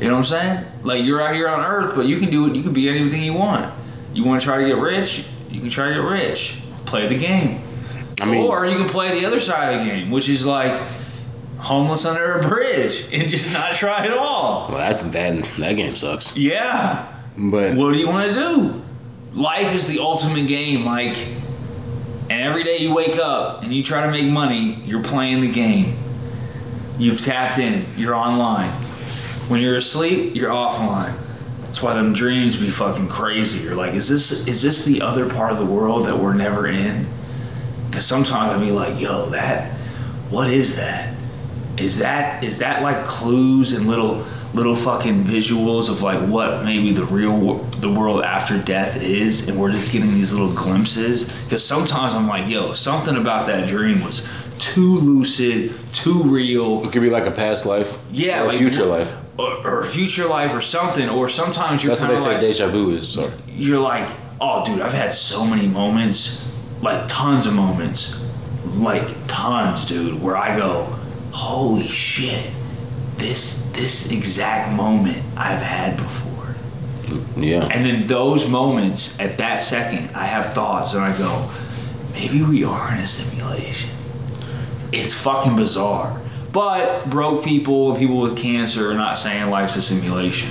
Speaker 1: You know what I'm saying? Like you're out here on Earth, but you can do it. You can be anything you want. You want to try to get rich? You can try to get rich. Play the game.
Speaker 2: I mean-
Speaker 1: or you can play the other side of the game, which is like homeless under a bridge and just not try at all.
Speaker 2: Well, that's that. That game sucks.
Speaker 1: Yeah.
Speaker 2: But
Speaker 1: What do you want to do? Life is the ultimate game, like, and every day you wake up and you try to make money, you're playing the game. You've tapped in, you're online. When you're asleep, you're offline. That's why them dreams be fucking crazy. You're like, is this is this the other part of the world that we're never in? Cause sometimes I'll be like, yo, that what is that? Is that is that like clues and little little fucking visuals of like what maybe the real wor- the world after death is, and we're just getting these little glimpses? Because sometimes I'm like, yo, something about that dream was too lucid, too real,
Speaker 2: it could be like a past life.
Speaker 1: Yeah,
Speaker 2: Or a
Speaker 1: like-
Speaker 2: future life.
Speaker 1: or, or future life or something. Or sometimes you're
Speaker 2: That's what
Speaker 1: kind
Speaker 2: they
Speaker 1: of
Speaker 2: say
Speaker 1: like,
Speaker 2: deja vu is. Sorry.
Speaker 1: you're like, oh, dude, I've had so many moments, like tons of moments, like tons, dude, where I go, holy shit, this this exact moment I've had before.
Speaker 2: Yeah.
Speaker 1: And in those moments, at that second, I have thoughts and I go, maybe we are in a simulation. It's fucking bizarre. But broke people and people with cancer are not saying life's a simulation.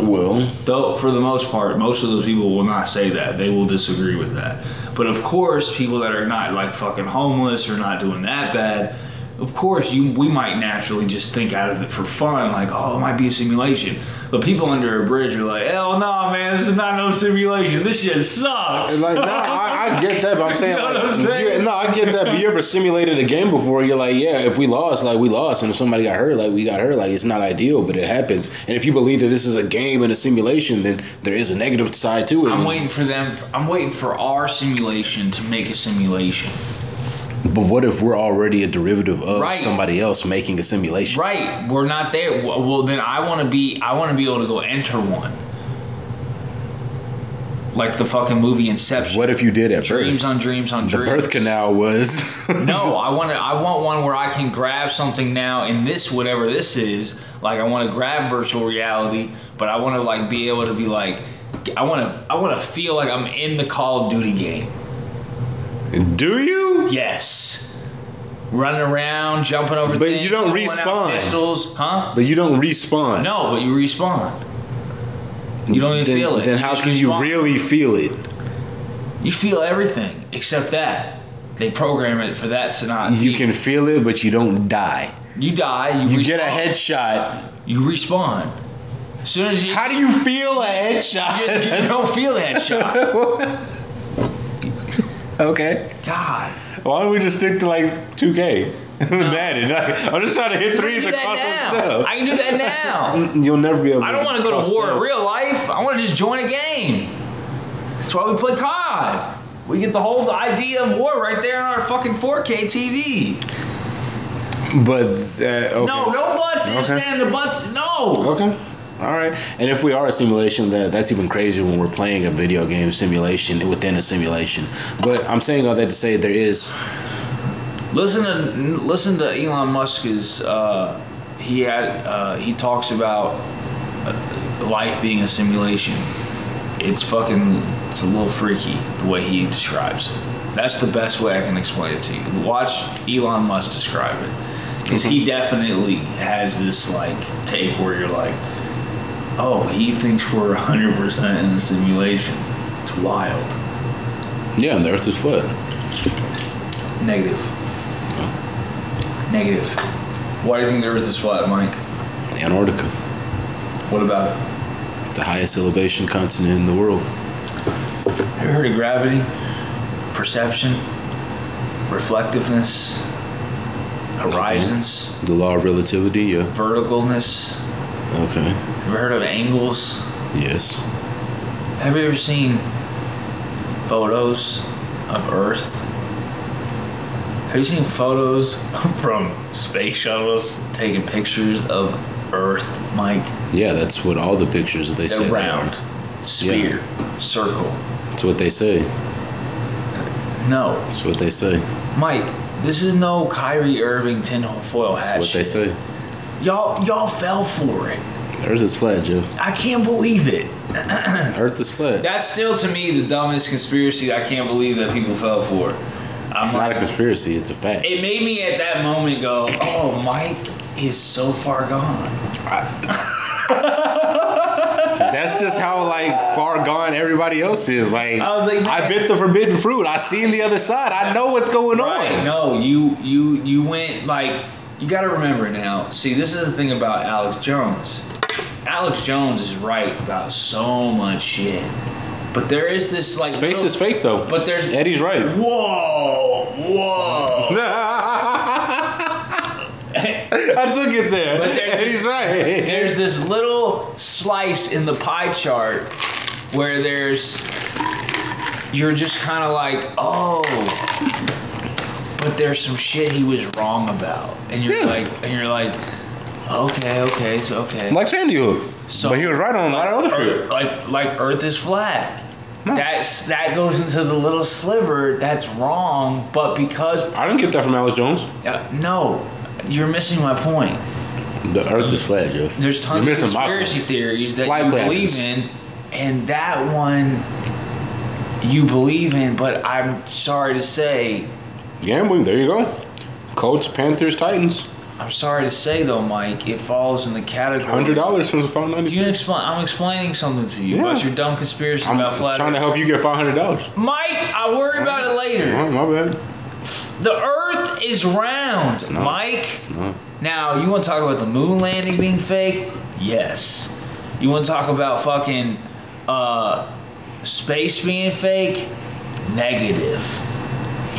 Speaker 2: Well,
Speaker 1: Though, for the most part, most of those people will not say that. They will disagree with that. But of course, people that are not like fucking homeless or not doing that bad, of course, you we might naturally just think out of it for fun, like, oh, it might be a simulation. But people under a bridge are like, hell no, man, this is not no simulation. This shit sucks.
Speaker 2: like no, I, I get that, but I'm saying,
Speaker 1: You know
Speaker 2: like,
Speaker 1: what I'm saying?
Speaker 2: you- no, I get that. But you ever simulated a game before? You're like, yeah, if we lost, like we lost, and if somebody got hurt, like we got hurt, like it's not ideal, but it happens. And if you believe that this is a game and a simulation, then there is a negative side to it.
Speaker 1: I'm waiting for them. I'm waiting for our simulation to make a simulation.
Speaker 2: But what if we're already a derivative of
Speaker 1: Right.
Speaker 2: somebody else making a simulation?
Speaker 1: Right, we're not there. W- Well, then I want to be. I want to be able to go enter one, like the fucking movie Inception.
Speaker 2: What if you did at
Speaker 1: dreams
Speaker 2: birth?
Speaker 1: on dreams on
Speaker 2: the
Speaker 1: dreams.
Speaker 2: birth canal was.
Speaker 1: No, I want to. I want one where I can grab something now in this whatever this is. Like I want to grab virtual reality, but I want to like be able to be like, I want to. I want to feel like I'm in the Call of Duty game.
Speaker 2: Do you?
Speaker 1: Yes. Running around, jumping over
Speaker 2: But you
Speaker 1: things,
Speaker 2: don't
Speaker 1: pulling out
Speaker 2: respawn.
Speaker 1: Pistols, huh?
Speaker 2: But you don't respawn.
Speaker 1: No, but you respawn. You don't even
Speaker 2: then,
Speaker 1: feel it.
Speaker 2: Then how
Speaker 1: just
Speaker 2: can you
Speaker 1: respond.
Speaker 2: really feel it?
Speaker 1: You feel everything except that. They program it for that to not.
Speaker 2: You
Speaker 1: be-
Speaker 2: can feel it, but you don't die.
Speaker 1: You die. You,
Speaker 2: You
Speaker 1: respawn.
Speaker 2: get a headshot.
Speaker 1: You respawn. As soon as you,
Speaker 2: How do you feel a headshot?
Speaker 1: you, you don't feel that shot.
Speaker 2: Okay.
Speaker 1: God.
Speaker 2: Why don't we just stick to like 2K? Madden. Like, I'm just trying to
Speaker 1: I
Speaker 2: hit
Speaker 1: can
Speaker 2: threes
Speaker 1: do that
Speaker 2: across
Speaker 1: now.
Speaker 2: some stuff.
Speaker 1: I can do that now.
Speaker 2: You'll never be able.
Speaker 1: I don't want to go
Speaker 2: cross
Speaker 1: to war in
Speaker 2: stuff.
Speaker 1: real life. I want to just join a game. That's why we play COD. We get the whole idea of war right there on our fucking 4K TV.
Speaker 2: But that, okay.
Speaker 1: No, no butts.
Speaker 2: Okay.
Speaker 1: Understand the butts. No.
Speaker 2: Okay. All right. And if we are a simulation, that that's even crazier when we're playing a video game simulation within a simulation. But I'm saying all that to say there is
Speaker 1: Listen to listen to Elon Musk is uh, he had uh, he talks about uh, life being a simulation. It's fucking it's a little freaky the way he describes it. That's the best way I can explain it to you. Watch Elon Musk describe it because
Speaker 2: Mm-hmm.
Speaker 1: he definitely has this like take where you're like, oh, he thinks we're 100 percent in a simulation. It's wild.
Speaker 2: Yeah, and the Earth is flat.
Speaker 1: Negative. Negative. Why do you think the Earth is flat, Mike?
Speaker 2: Antarctica,
Speaker 1: What about it?
Speaker 2: the highest elevation continent in the world.
Speaker 1: Have you heard of gravity? Perception? Reflectiveness? Horizons?
Speaker 2: The law of relativity. Yeah.
Speaker 1: Verticalness?
Speaker 2: Okay.
Speaker 1: Have you heard of angles?
Speaker 2: Yes.
Speaker 1: Have you ever seen photos of Earth? Have you seen photos from space shuttles taking pictures of Earth, Mike?
Speaker 2: Yeah, that's what all the pictures they say.
Speaker 1: They're
Speaker 2: they
Speaker 1: round, sphere, circle.
Speaker 2: are. That's what they say.
Speaker 1: No,
Speaker 2: That's what they say.
Speaker 1: Mike, this is no Kyrie Irving tinfoil hat
Speaker 2: That's what they
Speaker 1: Ah, shit.
Speaker 2: say.
Speaker 1: Y'all, y'all fell for it.
Speaker 2: The Earth is flat, Jeff.
Speaker 1: I can't believe it.
Speaker 2: The Earth is flat.
Speaker 1: That's still to me the dumbest conspiracy. I can't believe that people fell for. I'm
Speaker 2: it's not a conspiracy. It's a fact.
Speaker 1: it made me at that moment go, "Oh, Mike is so far gone."
Speaker 2: That's just how like far gone everybody else is. Like
Speaker 1: I was like,
Speaker 2: I
Speaker 1: man.
Speaker 2: bit the forbidden fruit. I seen the other side. I know what's going
Speaker 1: Right?
Speaker 2: on.
Speaker 1: No, you you you went like you got to remember now. See, this is the thing about Alex Jones. Alex Jones is right about so much shit, but there is this like
Speaker 2: Space
Speaker 1: little-
Speaker 2: is fake though.
Speaker 1: But there's
Speaker 2: Eddie's right.
Speaker 1: Whoa, whoa.
Speaker 2: I took it there.
Speaker 1: But there's-
Speaker 2: Eddie's right.
Speaker 1: There's this little slice in the pie chart where there's you're just kind of like, "Oh, but there's some shit he was wrong about." And you're
Speaker 2: Yeah.
Speaker 1: like and you're like, "Okay, okay, it's okay."
Speaker 2: Like Sandy Hook.
Speaker 1: So-
Speaker 2: but he was right on a lot of other fruit.
Speaker 1: Earth- like like Earth is flat. That's that goes into the little sliver that's wrong, but because
Speaker 2: I didn't get that from Alex Jones.
Speaker 1: uh, no, you're missing my point.
Speaker 2: The Earth is flat, Jeff.
Speaker 1: There's tons
Speaker 2: You're
Speaker 1: of
Speaker 2: missing my
Speaker 1: conspiracy
Speaker 2: point.
Speaker 1: theories that
Speaker 2: Flight
Speaker 1: you
Speaker 2: patterns.
Speaker 1: believe in, and that one you believe in, but I'm sorry to say,
Speaker 2: Gambling. There you go. Colts, Panthers, Titans.
Speaker 1: I'm sorry to say though, Mike, it falls in the category.
Speaker 2: Hundred dollars since the ninety
Speaker 1: You
Speaker 2: six.
Speaker 1: explain, I'm explaining something to you
Speaker 2: Yeah.
Speaker 1: about your dumb conspiracy
Speaker 2: I'm
Speaker 1: about flat.
Speaker 2: trying to help you get five hundred dollars.
Speaker 1: Mike, I worry about it later.
Speaker 2: my bad.
Speaker 1: The Earth is round,
Speaker 2: not.
Speaker 1: Mike.
Speaker 2: It's not.
Speaker 1: Now, you want to talk about the moon landing being fake? Yes. You want to talk about fucking uh, space being fake? Negative.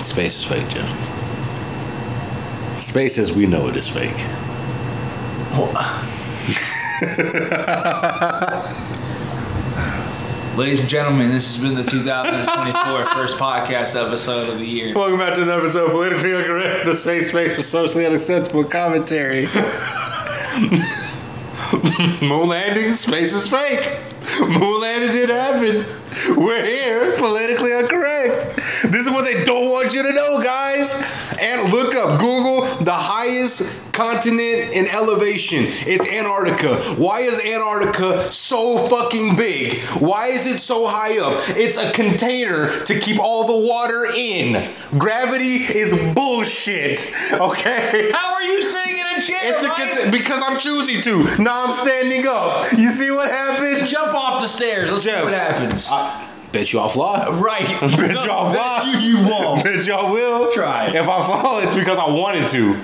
Speaker 2: Space is fake, Jeff. Space as we know it is fake.
Speaker 1: Ladies and gentlemen, this has been the 2024 first podcast episode of the year.
Speaker 2: Welcome back to another episode of Politically Incorrect, the safe space for socially unacceptable commentary. Moon landing, space is fake. Moon landing did happen. We're here, politically incorrect. This is what they don't want you to know, guys. And look up Google the highest continent in elevation. It's Antarctica. Why is Antarctica so fucking big? Why is it so high up? It's a container to keep all the water in. Gravity is bullshit. Okay?
Speaker 1: How are you sitting in a chair?
Speaker 2: It's a
Speaker 1: Mike?
Speaker 2: cons- because I'm choosing to. Now I'm standing up. You see what happens?
Speaker 1: Jump off the stairs. Let's see
Speaker 2: Jeff,
Speaker 1: what happens.
Speaker 2: Bet you I'll fly.
Speaker 1: right.
Speaker 2: Bet
Speaker 1: No,
Speaker 2: y'all
Speaker 1: bet
Speaker 2: won't.
Speaker 1: you, you won't.
Speaker 2: Bet y'all will.
Speaker 1: Try it.
Speaker 2: If I fall, it's because I wanted to.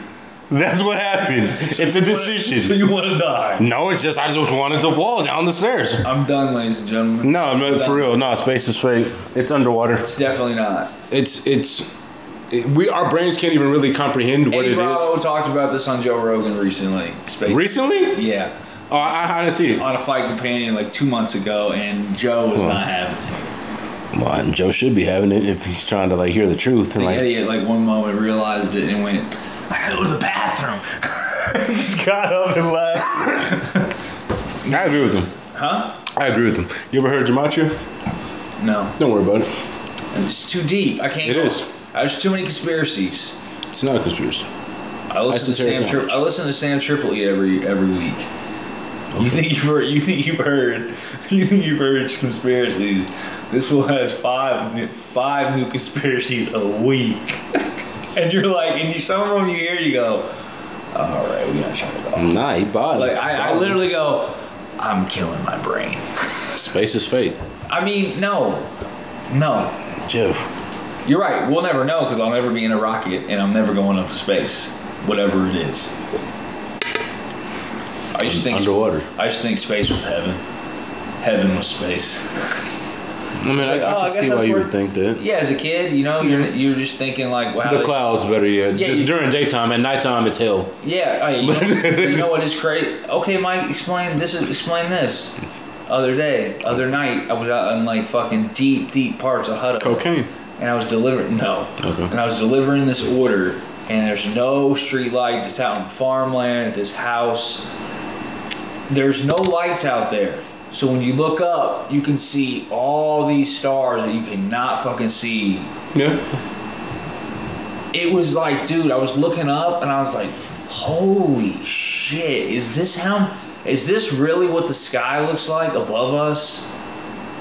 Speaker 2: That's what happens. It's
Speaker 1: So
Speaker 2: a decision.
Speaker 1: you want to die.
Speaker 2: No, it's just I just wanted to fall down the stairs.
Speaker 1: I'm done, ladies and gentlemen.
Speaker 2: No, no, for real. No, space is fake. It's underwater.
Speaker 1: It's definitely not.
Speaker 2: It's it's. It, we our brains can't even really comprehend what
Speaker 1: Eddie
Speaker 2: it is.
Speaker 1: Bravo talked about this on Joe Rogan recently. Space.
Speaker 2: Recently,
Speaker 1: yeah.
Speaker 2: oh, I, I didn't see it.
Speaker 1: on a flight companion like two months ago, and Joe was not having it.
Speaker 2: Well, and Joe should be having it if he's trying to like hear the truth and
Speaker 1: The
Speaker 2: like
Speaker 1: idiot, like one moment, realized it and went, "I gotta go to the bathroom." Just got up and left.
Speaker 2: I agree with him.
Speaker 1: Huh?
Speaker 2: I agree with him. You ever heard Gematria?
Speaker 1: No,
Speaker 2: Don't worry about it.
Speaker 1: it's too deep. I can't.
Speaker 2: It
Speaker 1: go.
Speaker 2: is.
Speaker 1: There's too many conspiracies.
Speaker 2: It's not a conspiracy.
Speaker 1: I listen to
Speaker 2: Esoteric
Speaker 1: Sam. Tri-
Speaker 2: knowledge.
Speaker 1: I listen to Sam Triple E every every week. You think you've heard? You think you've heard? You think you've heard conspiracies? This fool has five new- five new conspiracies a week, and you're like, and you some of them you hear, you go, all right, we gotta shut it off.
Speaker 2: Nah, he bought
Speaker 1: Like I, I literally go, I'm killing my brain.
Speaker 2: Space is fake.
Speaker 1: I mean, no, no,
Speaker 2: Jeff.
Speaker 1: you're right. We'll never know because I'll never be in a rocket and I'm never going up to space, whatever it is. I used to think
Speaker 2: Underwater.
Speaker 1: I used to think space was heaven. Heaven was space.
Speaker 2: I mean, I, I
Speaker 1: Like, oh, I
Speaker 2: can
Speaker 1: guess
Speaker 2: see why
Speaker 1: that's
Speaker 2: you
Speaker 1: where-
Speaker 2: would think that.
Speaker 1: Yeah, as a kid, you know, you're you're just thinking like, wow.
Speaker 2: The clouds better yet.
Speaker 1: Yeah,
Speaker 2: Just
Speaker 1: you-
Speaker 2: during daytime. At nighttime, it's hell.
Speaker 1: Yeah, I, you, know, you know what is crazy? Okay, Mike, explain this. Is, explain this. Other day, other night, I was out in like fucking deep, deep parts of Hutto.
Speaker 2: Cocaine.
Speaker 1: and I was delivering no,
Speaker 2: Okay.
Speaker 1: and I was delivering this order, and there's no street light. It's out in farmland at this house. There's no lights out there, so when you look up, you can see all these stars that you cannot fucking see.
Speaker 2: Yeah.
Speaker 1: It was like, dude, I was looking up, and I was like, holy shit, is this how? Is this really what the sky looks like above us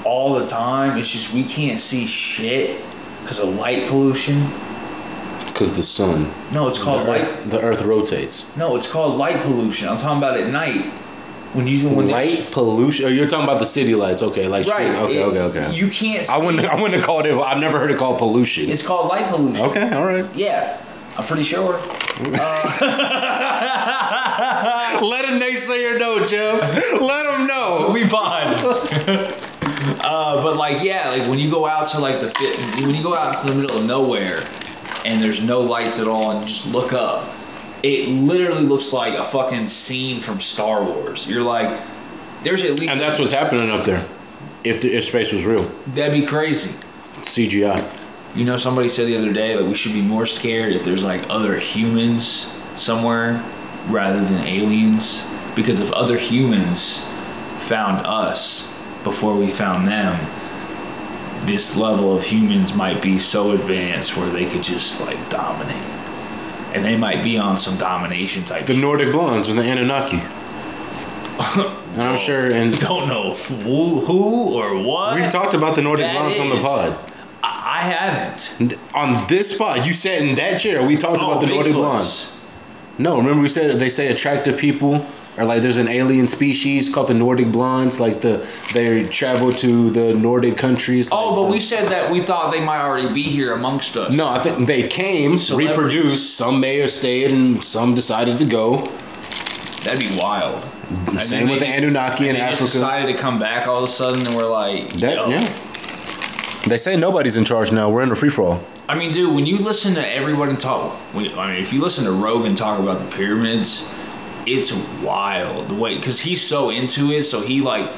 Speaker 1: all the time? It's just we can't see shit because of light pollution.
Speaker 2: Because the sun.
Speaker 1: No, it's called
Speaker 2: the,
Speaker 1: Oh, light.
Speaker 2: earth, the earth rotates.
Speaker 1: No, it's called light pollution. I'm talking about at night when you when there's-
Speaker 2: Light pollution. Oh, you're talking about the city lights. Okay, like
Speaker 1: Right.
Speaker 2: street- Okay,
Speaker 1: it-
Speaker 2: okay, okay.
Speaker 1: You can't. See,
Speaker 2: I wouldn't. I wouldn't have called it. I've never heard it called pollution.
Speaker 1: It's called light pollution.
Speaker 2: okay. All right.
Speaker 1: Yeah, I'm pretty sure.
Speaker 2: Let a naysayer know, Joe. Let him know.
Speaker 1: We fine. uh, but like, yeah, like when you go out to like the fit, when you go out to the middle of nowhere, and there's no lights at all, and you just look up, it literally looks like a fucking scene from Star Wars. You're like, there's at least
Speaker 2: And that's what's happening up there. If the, if space was real,
Speaker 1: that'd be crazy.
Speaker 2: CGI.
Speaker 1: You know, somebody said the other day that we should be more scared if there's like other humans somewhere rather than aliens. Because if other humans found us before we found them, this level of humans might be so advanced where they could just like dominate. And they might be on some domination type.
Speaker 2: The
Speaker 1: shit.
Speaker 2: Nordic blondes and the Anunnaki. and I'm sure. And
Speaker 1: Don't know who, who or what.
Speaker 2: we've talked about the Nordic
Speaker 1: that
Speaker 2: blondes on the
Speaker 1: is.
Speaker 2: pod.
Speaker 1: I, I haven't.
Speaker 2: And On this pod, you sat in that chair. We talked
Speaker 1: Oh,
Speaker 2: about the Nordic
Speaker 1: Bigfoots.
Speaker 2: blondes. No, remember we said they say attractive people are like there's an alien species called the Nordic blondes. Like the they travel to the Nordic countries.
Speaker 1: Oh,
Speaker 2: like
Speaker 1: but
Speaker 2: the-
Speaker 1: we said that we thought they might already be here amongst us.
Speaker 2: No, I think they came,
Speaker 1: Celebrities.
Speaker 2: reproduced. Some may have stayed, and some decided to go.
Speaker 1: that'd be wild. And
Speaker 2: Same
Speaker 1: then
Speaker 2: with
Speaker 1: they
Speaker 2: the
Speaker 1: just-
Speaker 2: Anunnaki in
Speaker 1: they just
Speaker 2: Africa.
Speaker 1: Decided to come back all of a sudden, and we're like,
Speaker 2: That,
Speaker 1: yo.
Speaker 2: yeah. They say nobody's in charge now. We're in a free for all.
Speaker 1: I mean, dude, when you listen to everyone talk, when, I mean, if you listen to Rogan talk about the pyramids, it's wild the way because he's so into it. So he like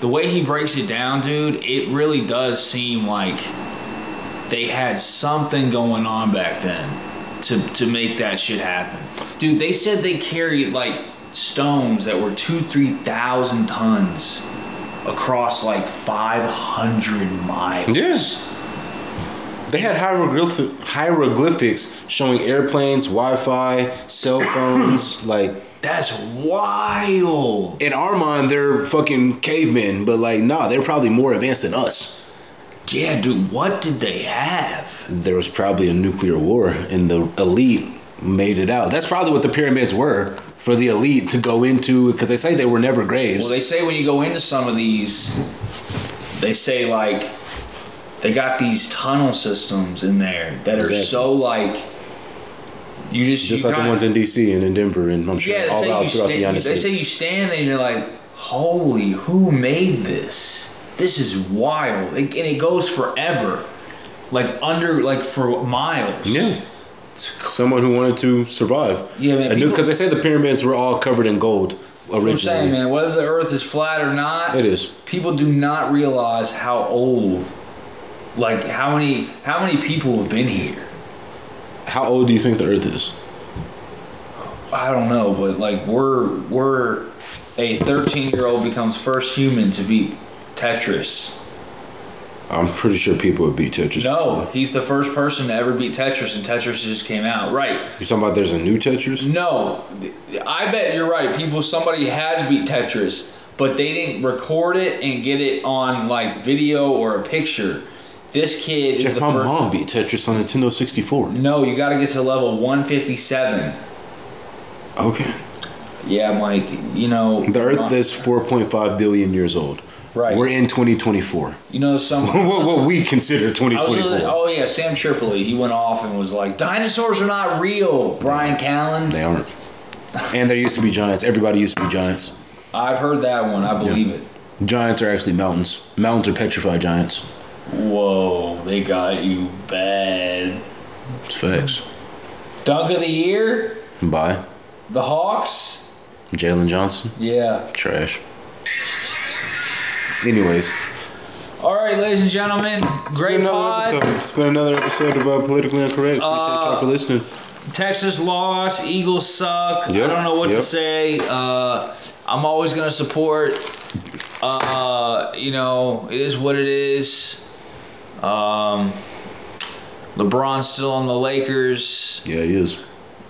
Speaker 1: the way he breaks it down, dude. It really does seem like they had something going on back then to to make that shit happen, dude. They said they carried like stones that were two three thousand tons across like five hundred miles.
Speaker 2: Yes. They had hieroglyph- hieroglyphics showing airplanes, Wi Fi, cell phones. like,
Speaker 1: That's wild.
Speaker 2: in our mind, they're fucking cavemen, but like, nah, they're probably more advanced than us.
Speaker 1: Yeah, dude, what did they have?
Speaker 2: There was probably a nuclear war, and the elite made it out. That's probably what the pyramids were for the elite to go into, because they say they were never graves.
Speaker 1: Well, they say when you go into some of these, they say like they got these tunnel systems in there that are
Speaker 2: Exactly.
Speaker 1: so like you just
Speaker 2: just
Speaker 1: you
Speaker 2: like the
Speaker 1: kinda-
Speaker 2: ones in D.C. and in Denver, and I'm sure
Speaker 1: yeah. They
Speaker 2: all
Speaker 1: say,
Speaker 2: out
Speaker 1: you
Speaker 2: throughout
Speaker 1: sta-
Speaker 2: the United
Speaker 1: they
Speaker 2: States.
Speaker 1: say you stand there and you're like, holy, who made this? This is wild, It- and it goes forever, like under like for miles.
Speaker 2: Yeah. Someone who wanted to survive.
Speaker 1: Yeah, man, people-
Speaker 2: Because they say the pyramids were all covered in gold originally.
Speaker 1: I'm saying, man, whether the Earth is flat or not,
Speaker 2: It is.
Speaker 1: people do not realize how old like how many how many people have been here
Speaker 2: How old do you think the Earth is?
Speaker 1: i don't know but like we're we're a 13 year old becomes first human to beat tetris
Speaker 2: I'm pretty sure people would beat Tetris.
Speaker 1: No, he's the first person to ever beat Tetris, and Tetris just came out. Right.
Speaker 2: You're talking about there's a new Tetris?
Speaker 1: No, I bet you're right. People, somebody has beat Tetris, but they didn't record it and get it on like video or a picture. This kid is
Speaker 2: Jeff,
Speaker 1: the
Speaker 2: my
Speaker 1: first.
Speaker 2: mom beat Tetris on Nintendo 64.
Speaker 1: No, you got to get to level 157.
Speaker 2: Okay.
Speaker 1: Yeah, Mike. You know
Speaker 2: The Earth is 4.5 billion years old.
Speaker 1: Right.
Speaker 2: We're in 2024.
Speaker 1: You know some.
Speaker 2: what, what we consider
Speaker 1: I was
Speaker 2: 2024.
Speaker 1: listening- oh yeah, Sam Tripoli. He went off and was like, "Dinosaurs are not real." Brian Callen.
Speaker 2: They aren't. And there used to be giants. Everybody used to be giants.
Speaker 1: I've heard that one. I believe it.
Speaker 2: Giants are actually mountains. Mountains are petrified giants.
Speaker 1: Whoa, they got you bad.
Speaker 2: It's facts.
Speaker 1: Dunk of the year,
Speaker 2: Bye.
Speaker 1: the Hawks.
Speaker 2: Jalen Johnson.
Speaker 1: Yeah.
Speaker 2: Trash. Anyways,
Speaker 1: All right, ladies and gentlemen, great pod.
Speaker 2: episode. It's been another episode of uh, Politically Incorrect. Appreciate y'all for listening.
Speaker 1: Texas lost. Eagles suck. I
Speaker 2: Yep,
Speaker 1: don't know what to
Speaker 2: yep.
Speaker 1: say. Uh, I'm always gonna support. Uh, you know, it is what it is. Um, LeBron's still on the Lakers.
Speaker 2: Yeah, it is.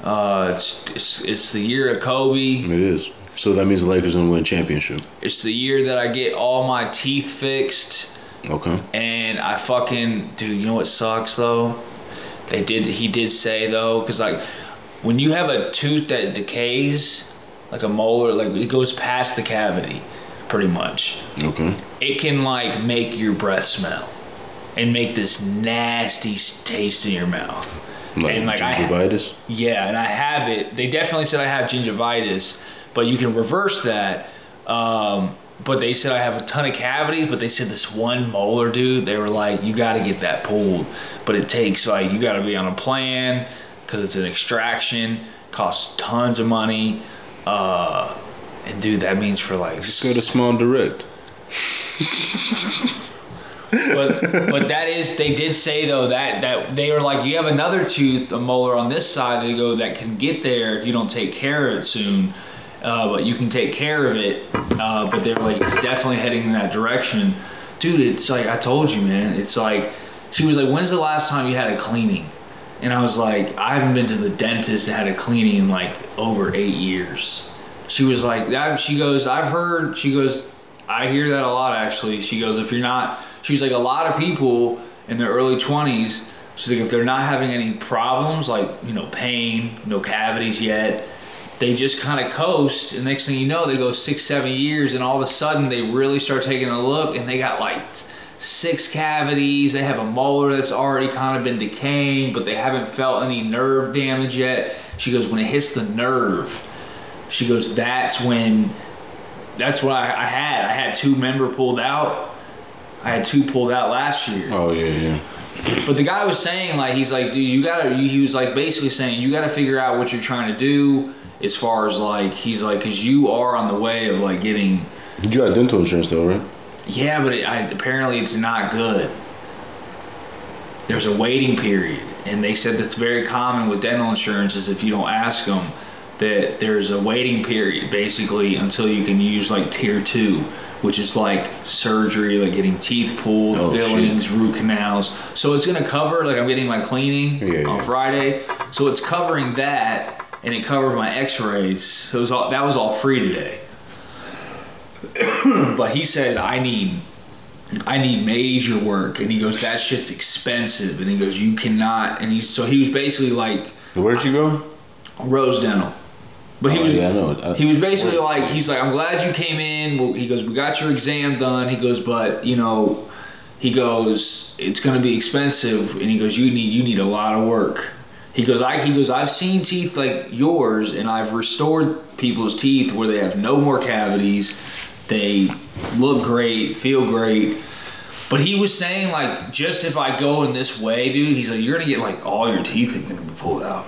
Speaker 1: Uh, it's, it's it's the year of Kobe.
Speaker 2: It is. So that means the Lakers gonna win a championship.
Speaker 1: It's the year that I get all my teeth fixed.
Speaker 2: Okay.
Speaker 1: And I fucking dude, you know what sucks though? They did he did say though, cause like when you have a tooth that decays, like a molar, like it goes past the cavity, pretty much.
Speaker 2: Okay.
Speaker 1: It can like make your breath smell, and make this nasty s- taste in your mouth. and like I,
Speaker 2: gingivitis.
Speaker 1: yeah, and I have it. They definitely said I have gingivitis, but you can reverse that. Um, but they said I have a ton of cavities, but they said this one molar dude, they were like, you got to get that pulled. But it takes, like, you got to be on a plan because it's an extraction, costs tons of money. Uh, and dude, that means for like.
Speaker 2: Just go to Small Direct.
Speaker 1: but but that is they did say though that that they were like you have another tooth a molar on this side they go that can get there if you don't take care of it soon uh, but you can take care of it uh, but they're like it's definitely heading in that direction dude it's like i told you man it's like she was like when's the last time you had a cleaning and i was like i haven't been to the dentist and had a cleaning in like over eight years she was like that she goes i've heard she goes i hear that a lot actually she goes if you're not she's like a lot of people in their early 20s she's like if they're not having any problems like you know pain no cavities yet they just kind of coast and next thing you know they go six seven years and all of a sudden they really start taking a look and they got like six cavities they have a molar that's already kind of been decaying but they haven't felt any nerve damage yet she goes when it hits the nerve she goes, that's when, that's what I, I had. I had two member pulled out. I had two pulled out last year.
Speaker 2: Oh yeah, yeah.
Speaker 1: But the guy was saying, like, he's like, dude, you gotta, he was like basically saying, you gotta figure out what you're trying to do as far as like, he's like, cause you are on the way of like getting,
Speaker 2: You got dental insurance though, right?
Speaker 1: yeah, but it, I, apparently it's not good. There's a waiting period, and they said that's very common with dental insurance. Is if you don't ask them, that there's a waiting period basically until you can use like tier two, which is like surgery, like getting teeth pulled,
Speaker 2: Oh, shit.
Speaker 1: fillings, root canals. So it's gonna cover like I'm getting my cleaning
Speaker 2: Yeah,
Speaker 1: on
Speaker 2: yeah.
Speaker 1: Friday, so it's covering that, and it covered my X-rays. So it was all, that was all free today. but he said I need I need major work, and he goes, that shit's expensive, and he goes, you cannot, and he so he was basically like
Speaker 2: Where'd you go?
Speaker 1: Rose Dental, but he
Speaker 2: Oh,
Speaker 1: was
Speaker 2: yeah, I know. I-
Speaker 1: he was basically like he's like I'm glad you came in. Well, he goes, we got your exam done. He goes, but you know, he goes, it's gonna be expensive, and he goes, you need you need a lot of work. He goes, I he goes, I've seen teeth like yours, and I've restored people's teeth where they have no more cavities. They look great, feel great. But he was saying like, just if I go in this way, dude, he's like, you're gonna get like all your teeth are gonna be pulled out.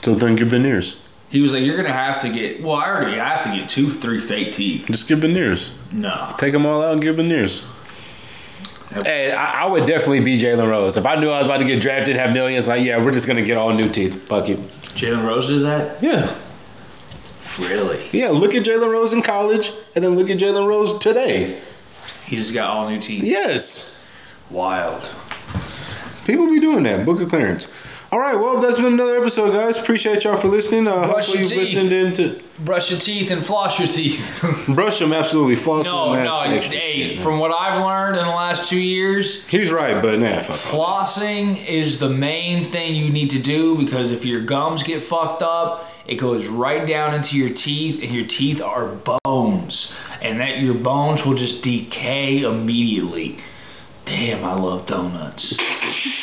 Speaker 2: So then get veneers.
Speaker 1: He was like, "You're gonna have to get. Well, I already have to get two, three fake teeth.
Speaker 2: Just get veneers.
Speaker 1: No,
Speaker 2: Take them all out and give veneers. Hey, I, I would definitely be Jalen Rose if I knew I was about to get drafted, have millions. Like, yeah, we're just gonna get all new teeth. Fuck it.
Speaker 1: Jalen Rose did that.
Speaker 2: Yeah,
Speaker 1: Really?
Speaker 2: yeah. Look at Jalen Rose in college, and then look at Jalen Rose today.
Speaker 1: He just got all new teeth.
Speaker 2: Yes.
Speaker 1: Wild.
Speaker 2: People be doing that. Book of clearance. All right. Well, that's been another episode, guys. Appreciate y'all for listening. Uh,
Speaker 1: Brush
Speaker 2: hopefully
Speaker 1: your
Speaker 2: you've
Speaker 1: teeth.
Speaker 2: listened in to
Speaker 1: Brush your teeth and floss your teeth.
Speaker 2: brush them absolutely floss
Speaker 1: no,
Speaker 2: them.
Speaker 1: no.
Speaker 2: That's extra
Speaker 1: Hey,
Speaker 2: shit, man.
Speaker 1: from what I've learned in the last two years,
Speaker 2: He's right, but nah, fuck off.
Speaker 1: flossing is the main thing you need to do because if your gums get fucked up, it goes right down into your teeth, and your teeth are bones, and that your bones will just decay immediately. Damn, I love donuts.